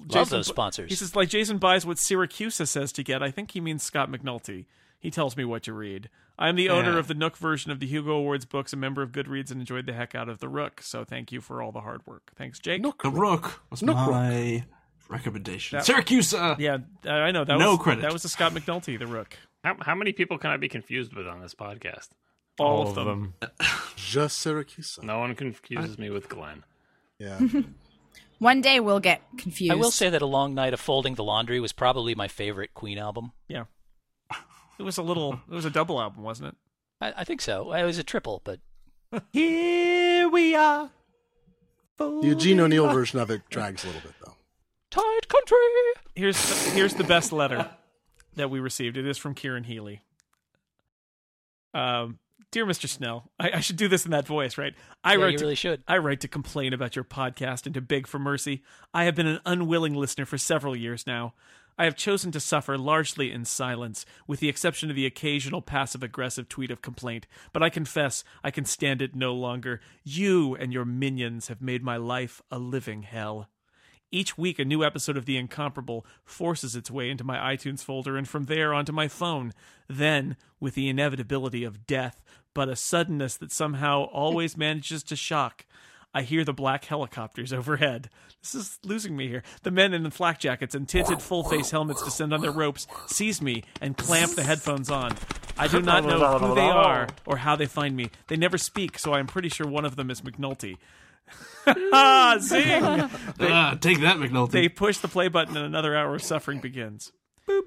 Love
Jason-
those sponsors.
He says, like Jason buys what Syracuse says to get. I think he means Scott McNulty. He tells me what to read. I'm the owner
Yeah.
of the Nook version of the Hugo Awards books, a member of Goodreads, and enjoyed the heck out of the Rook. So thank you for all the hard work. Thanks, Jake.
Nook
The Rook was
Nook
my recommendation.
That-
Syracuse. uh,
Yeah, I know that
No
was
credit.
that was the Scott McNulty, the Rook.
How, how many people can I be confused with on this podcast?
All, of them.
just Syracuse.
No one confuses me with Glenn.
(laughs)
Yeah.
One day we'll get confused.
I will say that a long night of folding the laundry was probably my favorite Queen album.
Yeah. It was a little it was a double album, wasn't it?
I, I think so. It was a triple, but
Here we are.
The Eugene O'Neill version of it drags a little bit though.
tight country.
Here's here's the best
(laughs)
letter that we received. It is from Kieran Healy. Um, dear Mr. Snell, I, I should do this in that voice, right? I
Yeah,
wrote
you
to-
really should.
I write to complain about your podcast and to beg for mercy. I have been an unwilling listener for several years now. I have chosen to suffer largely in silence, with the exception of the occasional passive aggressive tweet of complaint, but I confess I can stand it no longer. You and your minions have made my life a living hell. Each week, a new episode of The Incomparable forces its way into my iTunes folder and from there onto my phone. Then, with the inevitability of death, but a suddenness that somehow always manages to shock, I hear the black helicopters overhead. This is losing me here. The men in the flak jackets and tinted full face helmets descend on their ropes, seize me, and clamp the headphones on. I do not know who they are or how they find me. They never speak, so I am pretty sure one of them is McNulty. (laughs) ah, zing!
ah, take that, McNulty.
They push the play button and another hour of suffering begins. Boop.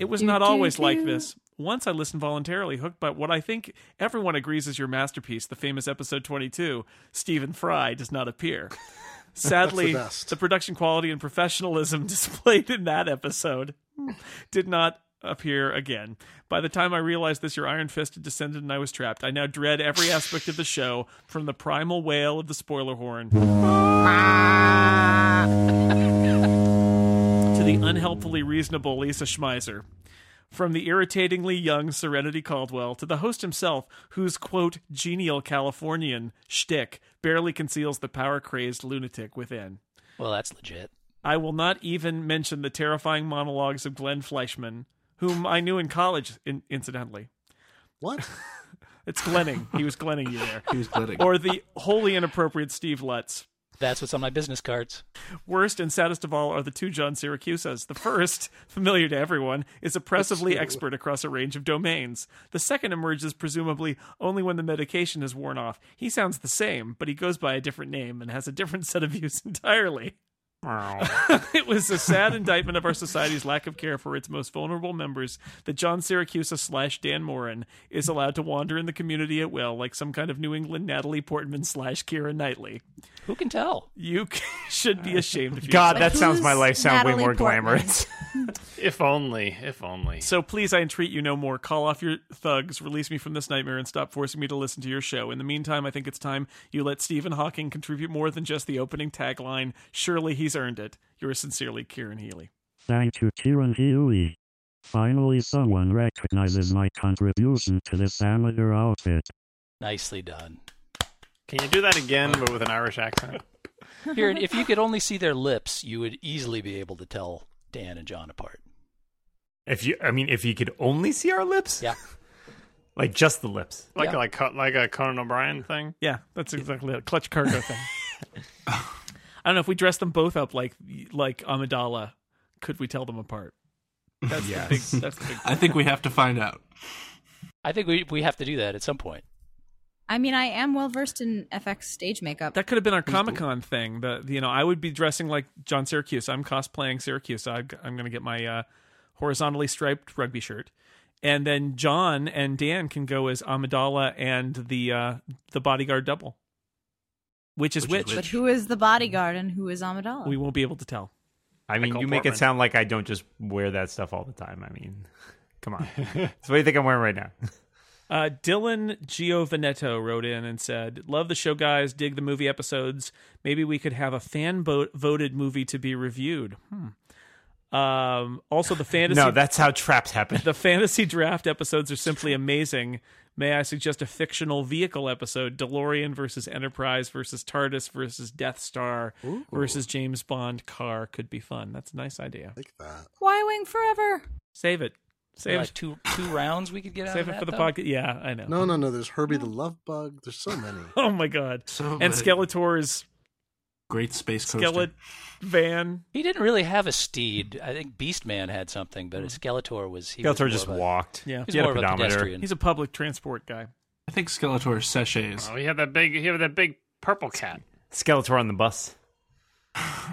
It was not always like this. Once I listened voluntarily, hooked by what I think everyone agrees is your masterpiece, the famous episode 22, Stephen Fry does not appear. Sadly, the,
best.
production quality and professionalism (laughs) displayed in that episode did not appear again. By the time I realized this, your iron fist had descended and I was trapped. I now dread every aspect of the show, from the primal wail of the spoiler horn to the unhelpfully reasonable Lisa Schmeiser. From the irritatingly young Serenity Caldwell to the host himself, whose quote genial Californian shtick barely conceals the power crazed lunatic within.
Well, that's legit.
I will not even mention the terrifying monologues of Glenn Fleischman, whom I knew in college, in- incidentally.
What?
(laughs) It's Glenning. he was Glenning you there.
He was glitting.
Or the wholly inappropriate Steve Lutz.
That's what's on my business cards.
Worst and saddest of all are the two John Syracuse's. The first, (laughs) familiar to everyone, is oppressively expert across a range of domains. The second emerges presumably only when the medication is worn off. He sounds the same, but he goes by a different name and has a different set of (laughs) views entirely. (laughs) it was a sad indictment of our society's lack of care for its most vulnerable members that John Syracuse slash Dan Morin is allowed to wander in the community at will, like some kind of New England Natalie Portman slash Kira Knightley.
Who can tell?
You (laughs) should be ashamed of yourself.
God,
But
that sounds my
who's
life sound way
Natalie
more
Portman? (laughs)
glamorous.
If only, if only.
So please, I entreat you no more. Call off your thugs, release me from this nightmare, and stop forcing me to listen to your show. In the meantime, I think it's time you let Stephen Hawking contribute more than just the opening tagline. Surely he's earned it. Yours sincerely, Kieran Healy.
Thank you, Kieran Healy. Finally, someone recognizes my contribution to this amateur outfit.
Nicely done.
Can you do that again, but with an Irish accent?
Kieran, if you could only see their lips, you would easily be able to tell Dan and John apart.
if you, I mean, if you could only see our lips,
Yeah.
like just the lips.
Like
Yeah.
like Co- like a Conan O'Brien thing.
Yeah, that's exactly it. Clutch cargo thing. I don't know if we dress them both up like like Amidala. Could we tell them apart? That's the big. That's the big.
I think we have to find out.
I think we we have to do that at some point.
I mean, I am well versed in FX stage makeup.
That could have been our Comic Con thing. The you know I would be dressing like John Syracuse. I'm cosplaying Syracuse. I, I'm going to get my uh, horizontally striped rugby shirt, and then John and Dan can go as Amidala and the uh, the bodyguard double, which is
Which
which.
is
But who is the bodyguard and who is Amidala?
We won't be able to tell.
I mean,
Michael
you make
Portman.
it sound like I don't just wear that stuff all the time. I mean, (laughs)
(laughs)
come on. so what do you think I'm wearing right now?
Uh, Dylan Giovanetto wrote in and said, "Love the show, guys. Dig the movie episodes. Maybe we could have a fan bo- voted movie to be reviewed." Hmm. Um, also,
(laughs)
the fantasy
no, that's how traps (laughs) happen.
the fantasy draft episodes are simply amazing. May I suggest a fictional vehicle episode: DeLorean versus Enterprise versus TARDIS versus Death Star versus James Bond car could be fun. That's a nice idea.
like that.
Y Wing forever.
Save it. Save
Like
it.
two two rounds we could get out
Save
of
it
that,
for the
though?
podcast. Yeah, I know.
No, no, no. There's Herbie the Love Bug. There's so many.
(laughs) Oh my god.
So
and
many.
Skeletor's
Great space coaster.
skeleton van.
He didn't really have a steed. I think Beastman had something, but Skeletor was (laughs) he was
Skeletor
more
just
of a-
walked.
Yeah.
He's
He had
more
a
of a
pedometer.
pedestrian.
He's a public transport guy.
I think Skeletor is sachets.
Oh, he had that big. He had that big purple cat.
Skeletor on the bus.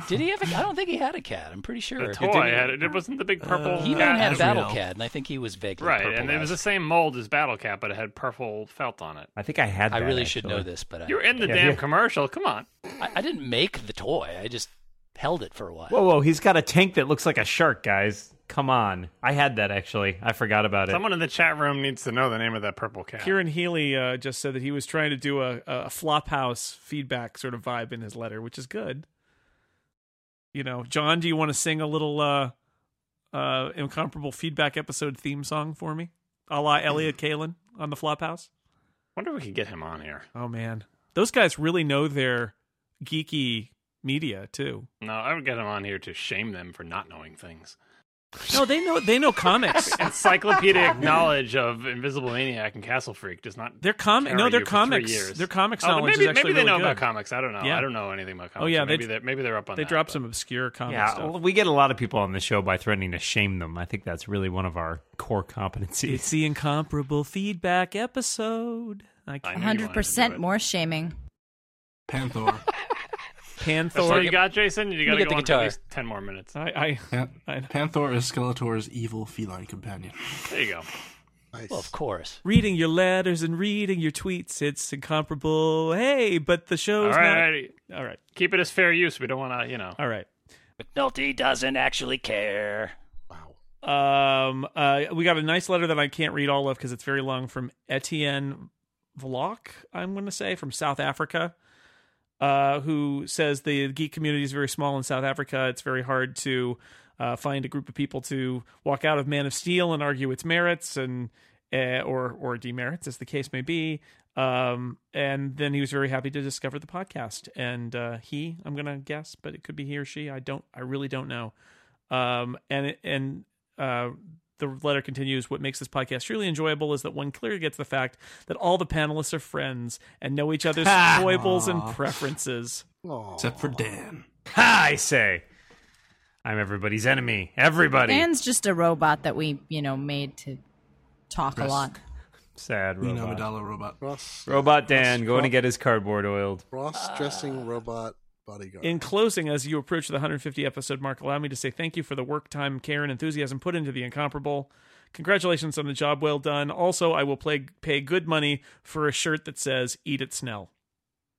Did he have? A, I don't think he had a cat. I'm pretty sure.
The toy had it. It wasn't the big purple.
Uh,
He
cat.
even had
Asriel.
Battle Cat, and I think he was vaguely
right, and it was
purple-eyed.
the same mold as Battle Cat, but it had purple felt on it.
I think I had.
I
that,
really should
actually.
know this, but I,
You were in the
Yeah,
damn
yeah.
commercial. Come on.
I, I didn't make the toy. I just held it for a while.
Whoa, whoa! He's got a tank that looks like a shark, guys. Come on! I had that actually. I forgot about it.
Someone in the chat room needs to know the name of that purple cat.
Kieran Healy uh, just said that he was trying to do a, a flophouse feedback sort of vibe in his letter, which is good. You know, John, do you want to sing a little uh, uh, incomparable feedback episode theme song for me, a la Elliot
Mm.
Kalin on the Flophouse?
wonder if we could get him on here.
Oh man, those guys really know their geeky media too.
No, I would get him on here to shame them for not knowing things.
No, they know they know
(laughs)
comics. (laughs)
Encyclopedic knowledge of Invisible Maniac and Castle Freak does not.
They're comic.
carry
No,
you
they're
for three
comics.
years.
Their comics
Oh, then
knowledge
maybe,
is actually
maybe they
really
know
good.
about comics. I don't know.
Yeah.
I don't know anything about comics.
Oh, yeah,
so
they-
maybe they maybe they're up on.
They
that,
dropped
but-
some obscure comic
yeah,
stuff.
well, we get a lot of people on the show by threatening to shame them. I think that's really one of our core competencies.
(laughs)
It's the incomparable feedback episode. I
I
can't.
knew you wanted to do
100%
it.
more shaming.
Panther.
That's all
Panther.
you got, Jason. You got to
get
go
the
on for at
guitar.
least ten more minutes.
I, I,
Pan-
I know.
Panther is Skeletor's evil feline companion.
There you go.
Nice.
Well, of course.
Reading your letters and reading your tweets, it's incomparable. Hey, but the
All
show's
right,
not. All right.
keep it as fair use. We don't want to, you know.
All right.
McNulty doesn't actually care.
Wow.
Um, uh, we got a nice letter that I can't read all of because it's very long from Etienne Vlock, I'm going to say, from South Africa, uh, who says the geek community is very small in South Africa. It's very hard to uh, find a group of people to walk out of Man of Steel and argue its merits and uh, or or demerits, as the case may be. Um, and then he was very happy to discover the podcast. And uh, he, I'm going to guess, but it could be he or she. I don't. I really don't know. Um, and it- and uh, the letter continues what makes this podcast truly enjoyable is that one clearly gets the fact that all the panelists are friends and know each other's foibles and
Aw.
preferences
Aw.
Except for Dan.
Ha! I say, I'm everybody's enemy. Everybody.
Dan's just a robot that we, you know, made to talk a
Rest-
lot.
Sad
You know,
robot.
Medalla robot.
Ross,
Robot Dan going to get his cardboard oiled.
Ross dressing robot bodyguard.
Ah. In closing, as you approach the 150 episode mark, allow me to say thank you for the work, time, care, and enthusiasm put into the incomparable. Congratulations on the job well done. Also, I will play, pay good money for a shirt that says "Eat it, Snell."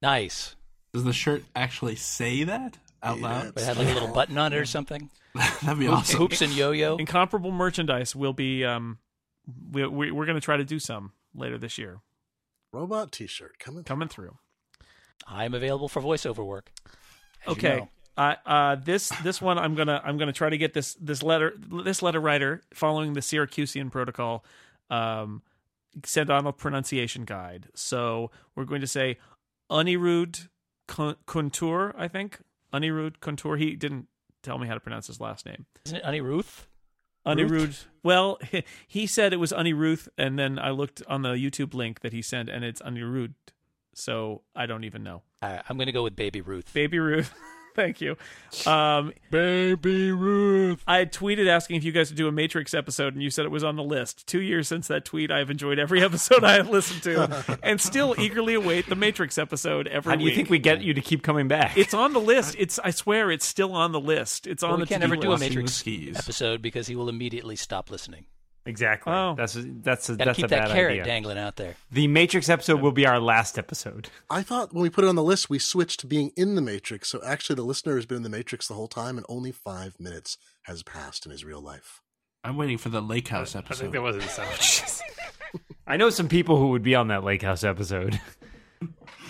Nice.
Does the shirt actually say that out
Yeah,
loud?
But it had like a little button on it or
(laughs)
something.
(laughs) That'd be
Hoops,
awesome.
hoops and yo-yo.
Incomparable merchandise will be. Um, we, we, we're going to try to do some later this year.
robot T-shirt coming.
Coming through.
I'm available for voiceover work. as you
okay
know.
uh, uh, this this one i'm gonna i'm gonna try to get this this letter this letter writer following the syracusan protocol um sent on a pronunciation guide so we're going to say anirud Kun- kuntur i think anirud kuntur he didn't tell me how to pronounce his last name
Isn't it Honey Ruth?
anirud well he said it was anirud and then i looked on the youtube link that he sent and it's anirud so i don't even know
All right, I'm going to go with Baby Ruth.
Baby Ruth. (laughs) Thank you. Um, Baby Ruth. I tweeted asking if you guys would do a Matrix episode, and you said it was on the list. Two years since that tweet, I have enjoyed every (laughs) episode I have listened to, and still eagerly await the Matrix episode every
How do you
week.
think we get you to keep coming back?
it's on the list. It's I swear it's still on the list. It's on
Well, we
the
can't
to-do
ever do a
list.
Watching the
Matrix
skis.
episode because he will immediately stop listening.
(laughs) exactly.
Oh.
That's a, that's a,
Got
that's
to
a
keep
bad
that carrot
idea.
dangling out there.
The Matrix episode will be our last episode.
I thought when we put it on the list, we switched to being in the Matrix. So actually, the listener has been in the Matrix the whole time, and only five minutes has passed in his real life.
I'm waiting for the Lake House
I think
episode.
that wasn't
(laughs)
so.
I know some people who would be on that Lake
(laughs)
House episode.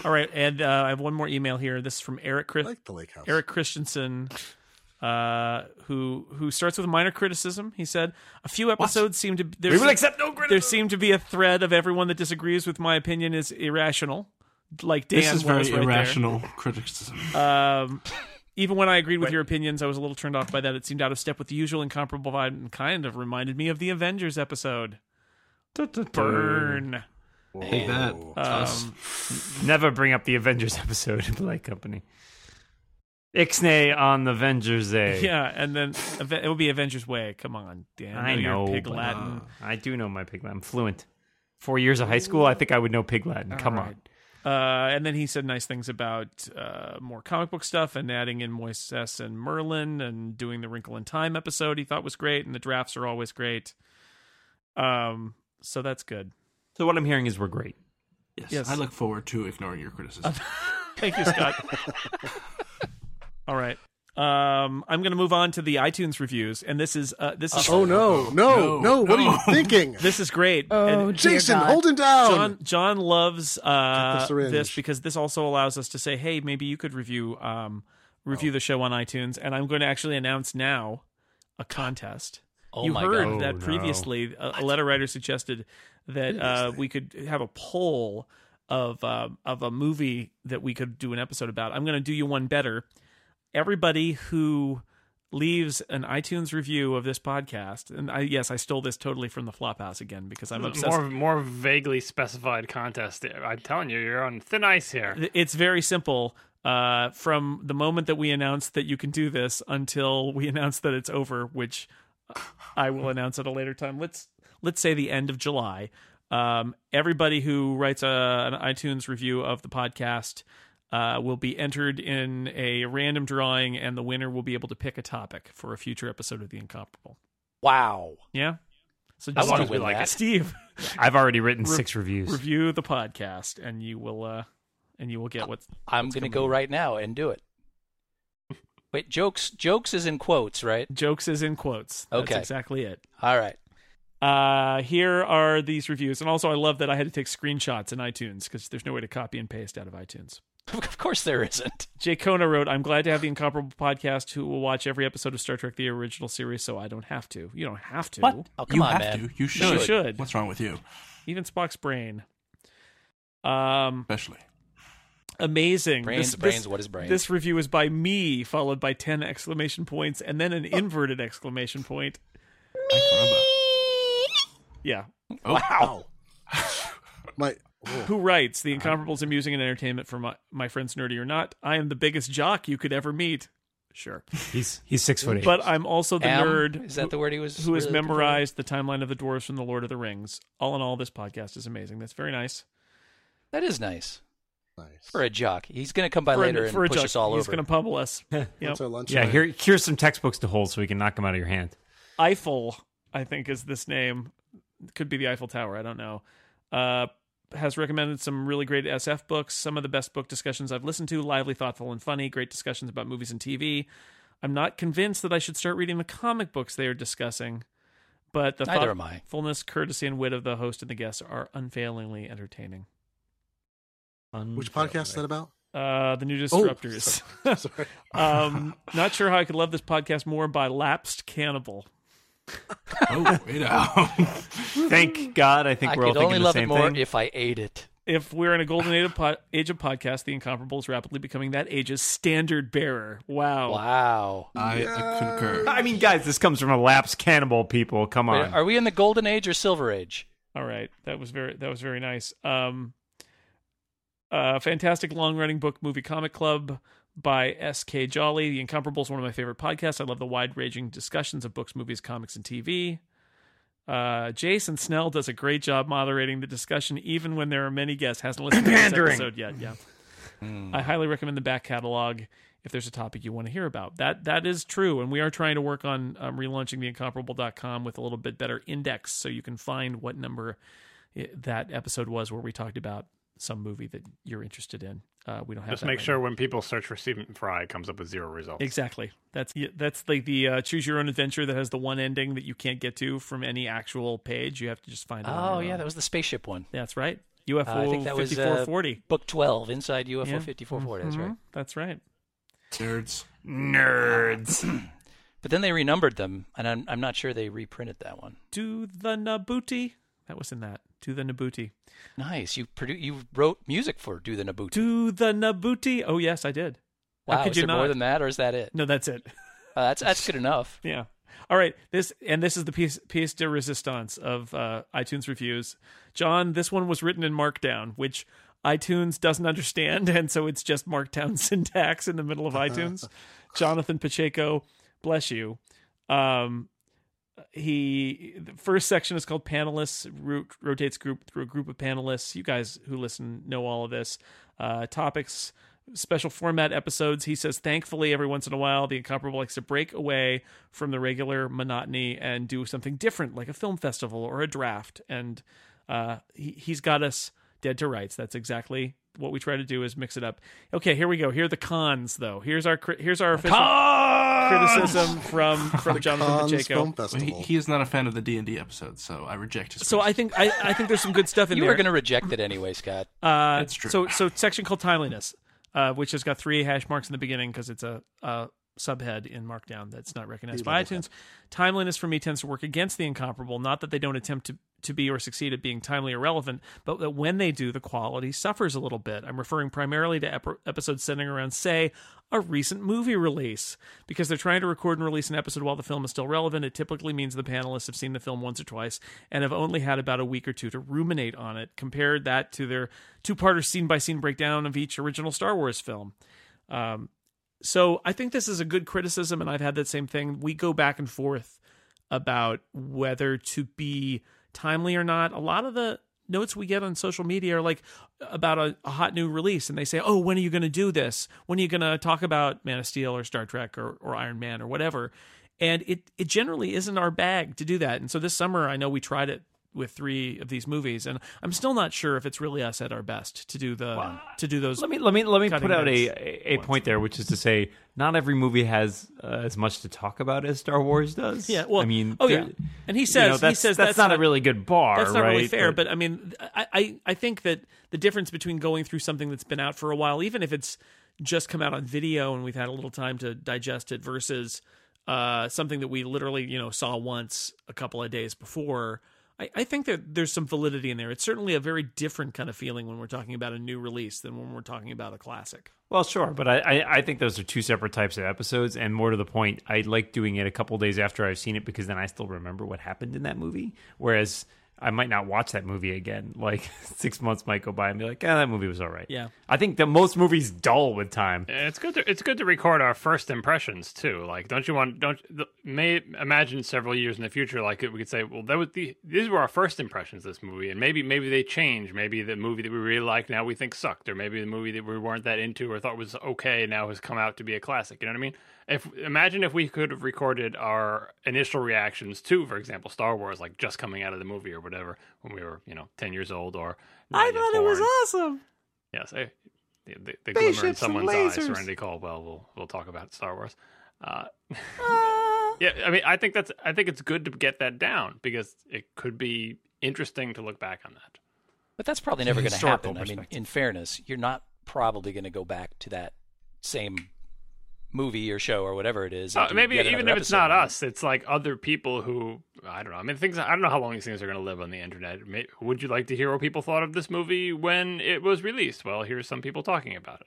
All right, and uh, I have one more email here. This is from Eric
I
Chris-
like the Lake House.
Eric Christensen, uh, who who starts with minor criticism. He said a few episodes seem to
we will accept no criticism.
there seemed to be a thread of everyone that disagrees with my opinion is irrational. Like Dan
this is
was
very
right
irrational criticism.
There. Um, even when I agreed with your opinions, I was a little turned off by that. It seemed out of step with the usual incomparable vibe and kind of reminded me of the Avengers episode. Burn.
Take
Uh,
that. us.
Um,
Never bring up the Avengers (laughs) episode of the Light Company. Ixnay on the Avengers Day.
yeah, and then Ave- it will be Avengers Way. Come on, Dan.
I
you're
know,
Pig
but,
Latin.
uh,
I do know my Pig Latin. I'm fluent. Four years of high school, I think I would know Pig Latin. Come
right. Uh, and then he said nice things about uh, more comic book stuff and adding in Moises and Merlin and doing the Wrinkle in Time episode. He thought was great, and the drafts are always great. Um, so that's good.
on. So what I'm hearing is we're great.
yes.
yes.
I look forward to ignoring your criticism.
Thank you, Scott. All right, um, I'm going to move on to the iTunes reviews, and this is uh, this is
Oh no, no, no!
No,
what are you
no.
thinking,
this is great.
Oh,
And-
dear
Jason?
God.
Hold him down.
John John loves uh,
the syringe.
this because this also allows us to say, "Hey, maybe you could review um,
Oh.
review the show on iTunes." And I'm going to actually announce now a contest.
Oh
you
my
heard
god!
that
Oh, no.
previously. A, a letter writer suggested that uh, we could have a poll of uh, of a movie that we could do an episode about. I'm going to do you one better. Everybody who leaves an iTunes review of this podcast, and I yes, I stole this totally from the Flophouse again because I'm obsessed.
more more vaguely specified contest. I'm telling you, you're on thin ice here.
Th- It's very simple. Uh, from the moment that we announce that you can do this until we (laughs) announce that it's over, which I will announce at a later time. Let's let's say the end of July. Um, everybody who writes a, an iTunes review of the podcast uh, will be entered in a random drawing, and the winner will be able to pick a topic for a future episode of the Incomparable.
Wow.
Yeah, So
I
just
want
long as
to
we
win
like
that.
Steve, (laughs)
I've already written
Re-
six reviews.
review the podcast, and you will uh, and you will get what's
I'm
what's
going to
coming
go
in.
right now and do it. Wait, jokes jokes is in quotes, right?
Jokes is in quotes. That's
Okay.
exactly it.
All right. (laughs)
Uh, here are these reviews, and also I love that I had to take screenshots in iTunes because there's no way to copy and paste out of iTunes.
Of course there isn't.
Jay Kona wrote, I'm glad to have the incomparable podcast who will watch every episode of Star Trek the original series so I don't have to. You don't have to.
What?
Oh, come
you
on,
have
man.
to. You should.
No, you should.
What's wrong with you?
Even Spock's brain. Um
(laughs)
Especially.
amazing.
Brains,
This-
brains,
this-
what is brains?
This review is by me, followed by ten exclamation points, and then an inverted exclamation point. Yeah.
wow.
My
Who writes the incomparables amusing and entertainment for my, my friends nerdy or not? I am the biggest jock you could ever meet. Sure.
He's he's six foot eight.
But I'm also oh, the
Am?
nerd
Is that the word he was?
who has
really looking for?
memorized the timeline of the dwarves from the Lord of the Rings. All in all, this podcast is amazing. That's very nice.
That is nice
nice.
for a jock. He's going to come by
For a-
later
for a
and push
joke,
us all
He's
over.
going to pummel us. yep.
What's our lunch?
yeah,
tonight?
here here's some textbooks to hold so we can knock them out of your hand.
Eiffel, I think, is this name. Could be the Eiffel Tower. I don't know. Uh, has recommended some really great SF books. Some of the best book discussions I've listened to. Lively, thoughtful, and funny. Great discussions about movies and TV. I'm not convinced that I should start reading the comic books they are discussing, but the
Neither am I.
thoughtfulness, courtesy, and wit of the host and the guests are unfailingly entertaining.
Which podcast is that about?
Uh, the
Oh,
new disruptors. (laughs)
Sorry.
um, not sure how I could love this podcast more by lapsed cannibal.
Oh, wait out.
Thank God, I think
I
we're all
could
thinking
only
the
love it
same
more
thing.
if I ate it.
If we're in a golden age of, pod- age of podcasts, the incomparable is rapidly becoming that age's standard bearer. Wow.
Wow.
(laughs) I, I concur.
I mean, guys, this comes from a lapsed cannibal. People, come
Wait,
on.
are we in the golden age or silver age?
All right, that was very that was very nice. Um, uh, fantastic long running book movie comic club by S.K. Jolly. The Incomparable is one of my favorite podcasts. I love the wide ranging discussions of books, movies, comics, and TV. Uh, Jason Snell does a great job moderating the discussion, even when there are many guests. Hasn't listened to this
Pandering.
episode yet. Yeah, I highly recommend the back catalog if there's a topic you want to hear about. That that is true, and we are trying to work on um, relaunching theincomparable.com with a little bit better index, so you can find what number it, that episode was where we talked about some movie that you're interested in. Uh, we don't have
Just
that
make
right
sure
now.
when people search for Stephen Fry, it comes up with zero results.
Exactly. That's yeah, that's like the uh, choose your own adventure that has the one ending that you can't get to from any actual page. You have to just find it.
Oh,
on your
yeah,
own.
that was the spaceship one.
that's right.
Uh, I
UFO
think that was
fifty
uh,
four forty. Mm-hmm.
book 12, Inside UFO 5440. That's right.
That's right.
Nerds.
Nerds.
Mm-hmm.
But then they renumbered them, and I'm, I'm not sure they reprinted that one.
To the Nabuti. That was in that. To the Nabuti.
Nice. You produ- you wrote music for Do the Naboo.
To the Nabuti. Oh yes, I did. How
wow,
could
is
you
there more
not?
than that, or is that it?
No, that's it. (laughs)
Uh, that's that's good
(laughs)
enough.
Yeah. All right. This and this is the piece piece de resistance of uh, iTunes reviews. John, this one was written in Markdown, which iTunes doesn't understand, (laughs) and so it's just Markdown (laughs) syntax in the middle of iTunes. Jonathan Pacheco, bless you. Um, he the first section is called panelists root, rotates group through a group of panelists you guys who listen know all of this uh topics special format episodes he says thankfully every once in a while the incomparable likes to break away from the regular monotony and do something different like a film festival or a draft and uh he, he's got us dead to rights that's exactly what we try to do is mix it up okay here we go here are the cons though here's our cri- here's our official criticism from
(laughs)
from jonathan
Cannes
pacheco
Film
Well, he,
Festival.
he is not a fan of the D and D episode, so I reject his.
so I think I, I think there's some good stuff in
You
there.
were going to reject it anyway, Scott.
uh,
That's true.
So so section called timeliness, uh, which has got three hash marks in the beginning because it's a, a subhead in Markdown that's not recognized by iTunes. Timeliness for me tends to work against the incomparable. Not that they don't attempt to to be or succeed at being timely or relevant, but that when they do, the quality suffers a little bit. I'm referring primarily to ep- episodes centering around, say, a recent movie release. Because they're trying to record and release an episode while the film is still relevant, it typically means the panelists have seen the film once or twice and have only had about a week or two to ruminate on it. Compare that to their two parter scene by scene breakdown of each original Star Wars film. Um, so I think this is a good criticism, and I've had that same thing. We go back and forth about whether to be timely or not. A lot of the notes we get on social media are like about a, a hot new release, and they say, "Oh, when are you going to do this? When are you going to talk about Man of Steel or Star Trek or, or Iron Man or whatever?" and it it generally isn't our bag to do that. And so this summer, I know we tried it with three of these movies, and I'm still not sure if it's really us at our best to do the to do those.
Let me let me let me
Cutting
put out a
edge
a- a point there, which is to say, not every movie has uh, as much to talk about as Star Wars does.
yeah, well,
I mean,
oh
there-
yeah, and he
you
says
know, that's,
he says
that's, not,
not
a really good bar.
That's not really
right?
fair,
Like,
but I mean, I, I I think that the difference between going through something that's been out for a while, even if it's just come out on video and we've had a little time to digest it, versus uh, something that we literally you know saw once a couple of days before. I, I think that there's some validity in there. It's certainly a very different kind of feeling when we're talking about a new release than when we're talking about a classic.
well, sure, but I, I I think those are two separate types of episodes, and more to the point, I like doing it a couple days after I've seen it because then I still remember what happened in that movie, whereas. I might not watch that movie again. (laughs) Like six months might go by and be like, "Ah, that movie was all right."
Yeah.
I think that most movies dull with time.
It's good. To, it's good to record our first impressions too. Like, don't you want? Don't the, may imagine several years in the future, like we could say, well, that was the, these were our first impressions of this movie, and maybe maybe they change. Maybe the movie that we really liked now we think sucked, or maybe the movie that we weren't that into or thought was okay now has come out to be a classic. You know what I mean? If imagine if we could have recorded our initial reactions to, for example, Star Wars, like just coming out of the movie or whatever, when we were you know ten years old or not yet born.
awesome.
Yes, I, the, the, the glimmer in
Spaceships and
someone's eyes.
lasers.
Randy Caldwell. We'll we'll talk about Star Wars. Uh, (laughs)
Ah.
yeah, I mean, I think that's I think it's good to get that down because it could be interesting to look back on that.
But that's probably never going to
historical
happen. I mean,
perspective.
in fairness, you're not probably going to go back to that same movie or show or whatever it is. and
Uh,
do
maybe
yet
even
another
if it's
episode
not
on it.
us, it's like other people who I don't know. I mean, things I don't know how long these things are going to live on the internet. May, would you like to hear what people thought of this movie when it was released? Well, here's some people talking about it.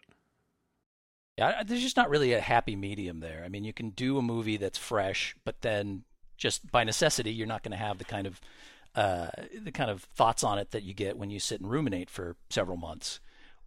Yeah, I- there's just not really a happy medium there. I mean, you can do a movie that's fresh, but then just by necessity, you're not going to have the kind of uh, the kind of thoughts on it that you get when you sit and ruminate for several months.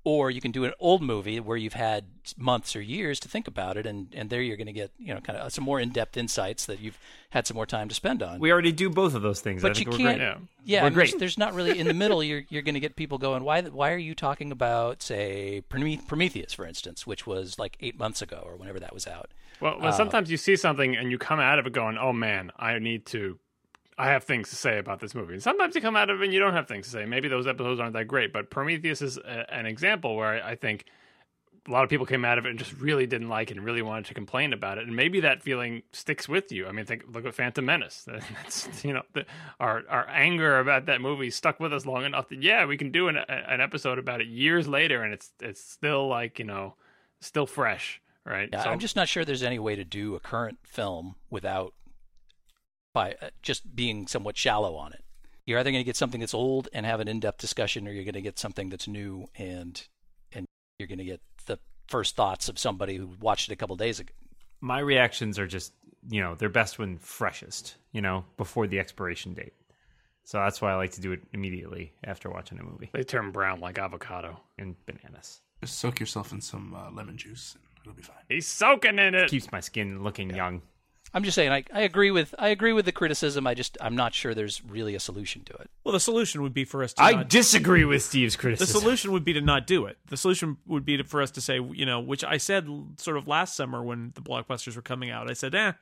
Or you can do an old movie where you've had months or years to think about it, and, and there you're going to get you know kind of some more in-depth insights that you've had some more time to spend on.
We already do both of those things. I
but you
think
can't.
we're great.
Yeah.
Yeah,
We're
I mean, there's-
great.
There's not really in the middle. You're you're going to get people going. Why th- why are you talking about say Promet- Prometheus, for instance, which was like eight months ago or whenever that was out?
Well, well, sometimes you see something and you come out of it going, "Oh man, I need to, I have things to say about this movie." And sometimes you come out of it and you don't have things to say. Maybe those episodes aren't that great, but Prometheus is a, an example where I think a lot of people came out of it and just really didn't like it and really wanted to complain about it. And maybe that feeling sticks with you. I mean, think look at Phantom Menace. (laughs) That's you know, the, our our anger about that movie stuck with us long enough that yeah, we can do an an episode about it years later, and it's it's still like you know, still fresh. Right.
Yeah,
So-
I'm just not sure there's any way to do a current film without by uh, just being somewhat shallow on it. You're either going to get something that's old and have an in-depth discussion, or you're going to get something that's new and and you're going to get the first thoughts of somebody who watched it a couple days ago.
my reactions are just you know they're best when freshest you know before the expiration date so that's why i like to do it immediately after watching a movie
They turn brown like avocado.
and bananas
Just soak yourself in some uh, lemon juice, and it'll be fine.
He's soaking in it.
keeps my skin looking young
I'm just saying, I, I agree with I agree with the criticism. I just I'm not sure there's really a solution to it.
Well, the solution would be for us to
i
not
disagree with steve's
The
criticism
solution would be to not do it. The solution would be to, for us to say, you know, which I said l- sort of last summer when the blockbusters were coming out. I said, eh,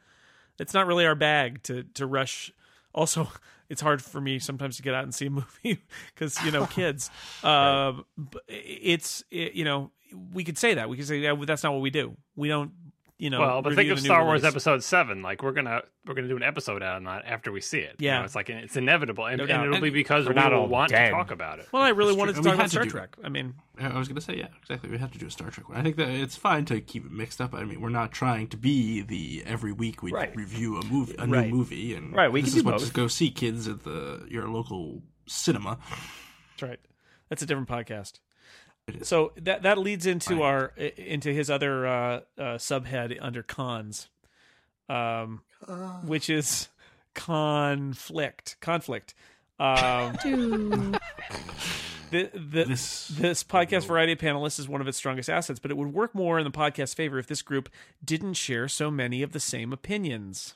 it's not really our bag to to rush. Also, (laughs) it's hard for me sometimes to get out and see a movie (laughs) because you
(laughs)
know kids. Um, but it's it, you know we could say that we could say yeah, well, that's not what we do. We don't you know.
well, but think
review
of
the new
Star Wars
release.
Episode Seven. Like we're gonna we're gonna do an episode out on that after we see it. You
Yeah.
know, it's like it's inevitable, and,
No
and
doubt.
it'll be because we
not
will
all
want
dead.
to talk about
(laughs)
it.
Well, I really
That's
wanted
true.
to talk
I mean,
about
had to
Star
do
Trek. I mean,
Yeah, I was gonna say yeah, exactly. We have to do a Star Trek one. I think that it's fine to keep it mixed up. I mean, we're not trying to be the every week we
Right.
review a movie, a
Right.
new movie, and
Right, we
this
can
is
do
what
both.
to go see kids at the your local cinema.
That's right. That's a different podcast.
It is.
So that that leads into
Fine.
our i- into his other uh, uh, subhead under cons, um, which is conflict. Conflict.
(laughs)
Um, the, the,
This
this podcast variety of panelists is one of its strongest assets, but it would work more in the podcast's favor if this group didn't share so many of the same opinions.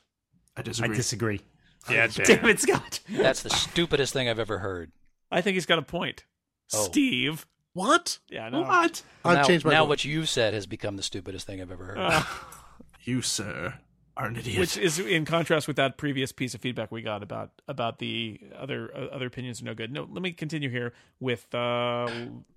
I
i
disagree.
disagree
yeah, Dan.
damn it scott
That's
(laughs)
the stupidest thing I've ever heard.
I think he's got a point,
Oh.
Steve.
What?
Yeah,
Oh
I know.
what
Well, now,
I've changed my
now
vote.
what you've said has become the stupidest thing I've ever heard.
Uh,
you sir are an idiot.
which is in contrast with that previous piece of feedback we got about about the other uh, other opinions are no good. No, let me continue here with uh,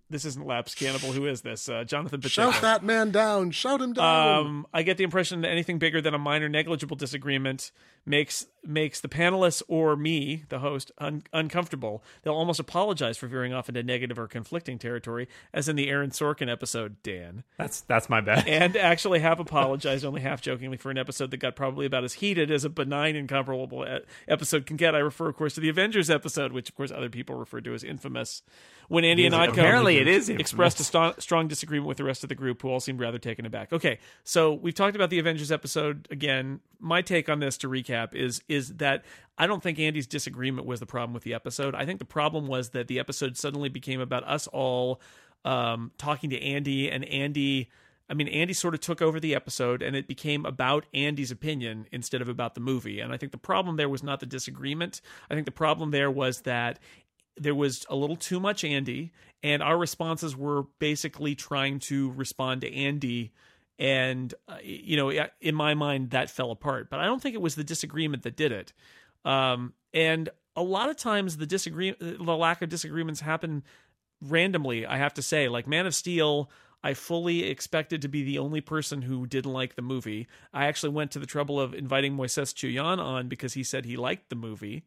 this isn't Laps Cannibal. Who is this? Uh, Jonathan Pacheco.
Shout that man down. Shout him down.
Um, I get the impression that anything bigger than a minor negligible disagreement makes makes the panelists or me, the host, un- uncomfortable. They'll almost apologize for veering off into negative or conflicting territory, as in the Aaron Sorkin episode, Dan
That's that's
(laughs)
my bad.
and actually have apologized only half jokingly for an episode that got probably about as heated as a benign incomparable e- episode can get. I refer, of course, to the Avengers episode, which, of course, other people refer to as infamous. When Andy and Oddco
apparently it is infamous.
expressed a sto- strong disagreement with the rest of the group, who all seemed rather taken aback. Okay, so we've talked about the Avengers episode again. My take on this, to recap, is is that I don't think Andy's disagreement was the problem with the episode. I think the problem was that the episode suddenly became about us all um, talking to Andy and Andy. I mean, Andy sort of took over the episode and it became about Andy's opinion instead of about the movie. And I think the problem there was not the disagreement. I think the problem there was that there was a little too much Andy, and our responses were basically trying to respond to Andy. And, uh, you know, in my mind, that fell apart. But I don't think it was the disagreement that did it. Um, and a lot of times, the disagreement, the lack of disagreements happen randomly, I have to say, like Man of Steel, I fully expected to be the only person who didn't like the movie. I actually went to the trouble of inviting Moises Chuyan on because he said he liked the movie.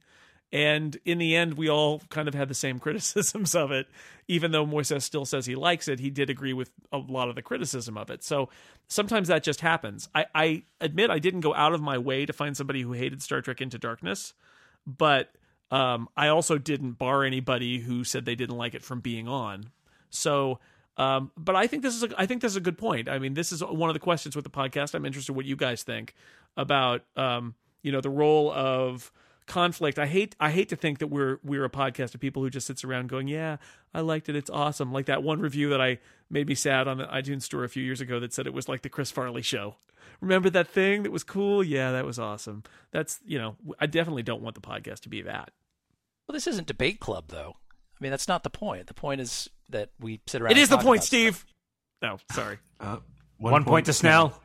And in the end, we all kind of had the same (laughs) criticisms of it. Even though Moises still says he likes it, he did agree with a lot of the criticism of it. So sometimes that just happens. I, I admit I didn't go out of my way to find somebody who hated Star Trek Into Darkness but um, I also didn't bar anybody who said they didn't like it from being on. So, um, but I think this is a, I think this is a good point. I mean, this is one of the questions with the podcast. I'm interested what you guys think about um, you know the role of conflict. I hate I hate to think that we're we're a podcast of people who just sits around going, yeah, I liked it, it's awesome. Like that one review that I made me sad on the iTunes store a few years ago that said it was like the Chris Farley show. Remember that thing that was cool? Yeah, that was awesome. That's you know I definitely don't want the podcast to be that.
Well, this isn't debate club though. I mean, that's not the point. The point is that we sit around.
It
and
is the
talk
point,
about
Steve. No, Oh, sorry. (laughs)
Uh,
One, point to Snell.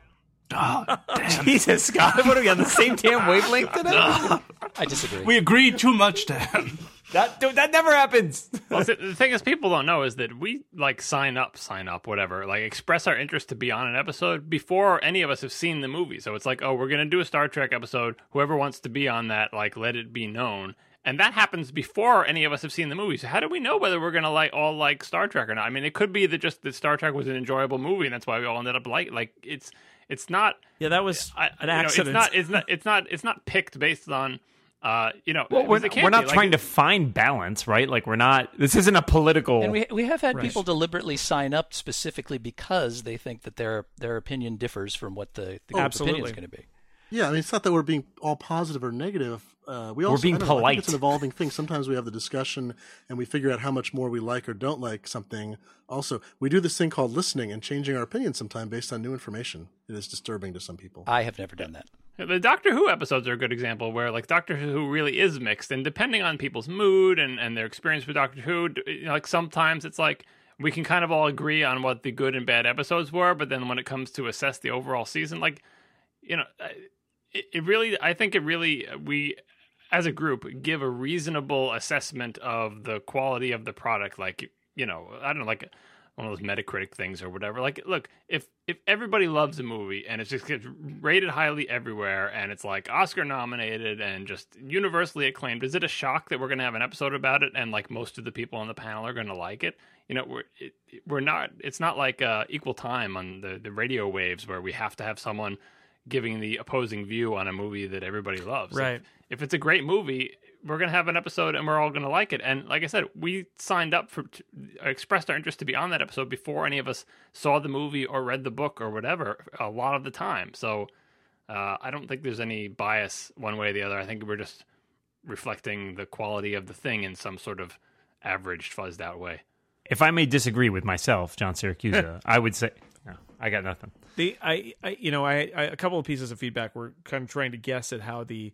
Jesus, Scott, what are we on the same damn wavelength today?
stuff. I disagree.
(laughs) We agreed too much, Dan.
that dude, that never happens.
well, the, the thing is, people don't know is that we like sign up, sign up, whatever, like express our interest to be on an episode before any of us have seen the movie. So it's like, oh, we're gonna do a Star Trek episode. Whoever wants to be on that, like, let it be known. And that happens before any of us have seen the movie. So how do we know whether we're gonna like all like Star Trek or not? I mean, it could be that just that Star Trek was an enjoyable movie, and that's why we all ended up like like it's it's not
Yeah, that was
I, you
an
know,
accident.
it's not. It's not. It's not. It's not picked based on. Uh, you know,
(laughs) Well, we're,
because it can't
we're not
be. Like,
trying to find balance, right? Like we're not. This isn't a political.
and we we have had people deliberately sign up specifically because they think that their their opinion differs from what the, the group's opinion
Absolutely.
is going to be.
Yeah, I mean, it's not that we're being all positive or negative. Uh, we
We're
also,
being
I don't know, I think
polite.
it's an evolving thing. Sometimes we have the discussion and we figure out how much more we like or don't like something. Also, we do this thing called listening and changing our opinion sometime based on new information. It is disturbing to some people.
I have never done that.
The Doctor Who episodes are a good example where like Doctor Who really is mixed, and depending on people's mood and and their experience with Doctor Who, d- you know, like sometimes it's like we can kind of all agree on what the good and bad episodes were, but then when it comes to assess the overall season, like you know, I- it, it really, I think it really we as a group give a reasonable assessment of the quality of the product like you know i don't know like one of those metacritic things or whatever like look if if everybody loves a movie and it's just gets rated highly everywhere and it's like oscar nominated and just universally acclaimed is it a shock that we're going to have an episode about it and like most of the people on the panel are going to like it you know we're it, it- we're not it's not like uh equal time on the the radio waves where we have to have someone giving the opposing view on a movie that everybody loves If-
Right.
if it's a great movie, we're gonna have an episode and we're all gonna like it. And like I said, we signed up for t- expressed our interest to be on that episode before any of us saw the movie or read the book or whatever. A lot of the time, so uh, I don't think there's any bias one way or the other. I think we're just reflecting the quality of the thing in some sort of averaged, fuzzed out way.
if I may disagree with myself,
(laughs)
John Syracuse, I would say no, I got nothing.
the I, I you know I, I a couple of pieces of feedback were kind of trying to guess at how the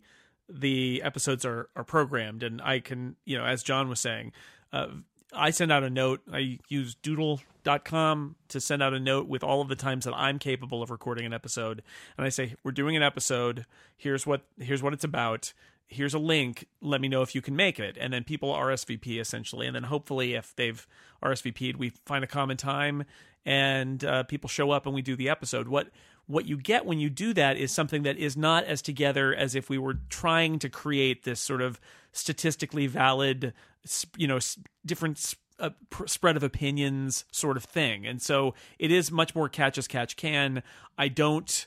the episodes are are programmed and I can you know as John was saying uh, I send out a note. I use doodle.com to send out a note with all of the times that I'm capable of recording an episode. And I say, we're doing an episode. Here's what here's what it's about. Here's a link. Let me know if you can make it. And then people RSVP essentially. And then hopefully if they've RSVP'd, we find a common time and uh, people show up and we do the episode. What what you get when you do that is something that is not as together as if we were trying to create this sort of statistically valid, sp- you know, s- different s- uh, pr- spread of opinions sort of thing. And so it is much more catch as catch can. I don't.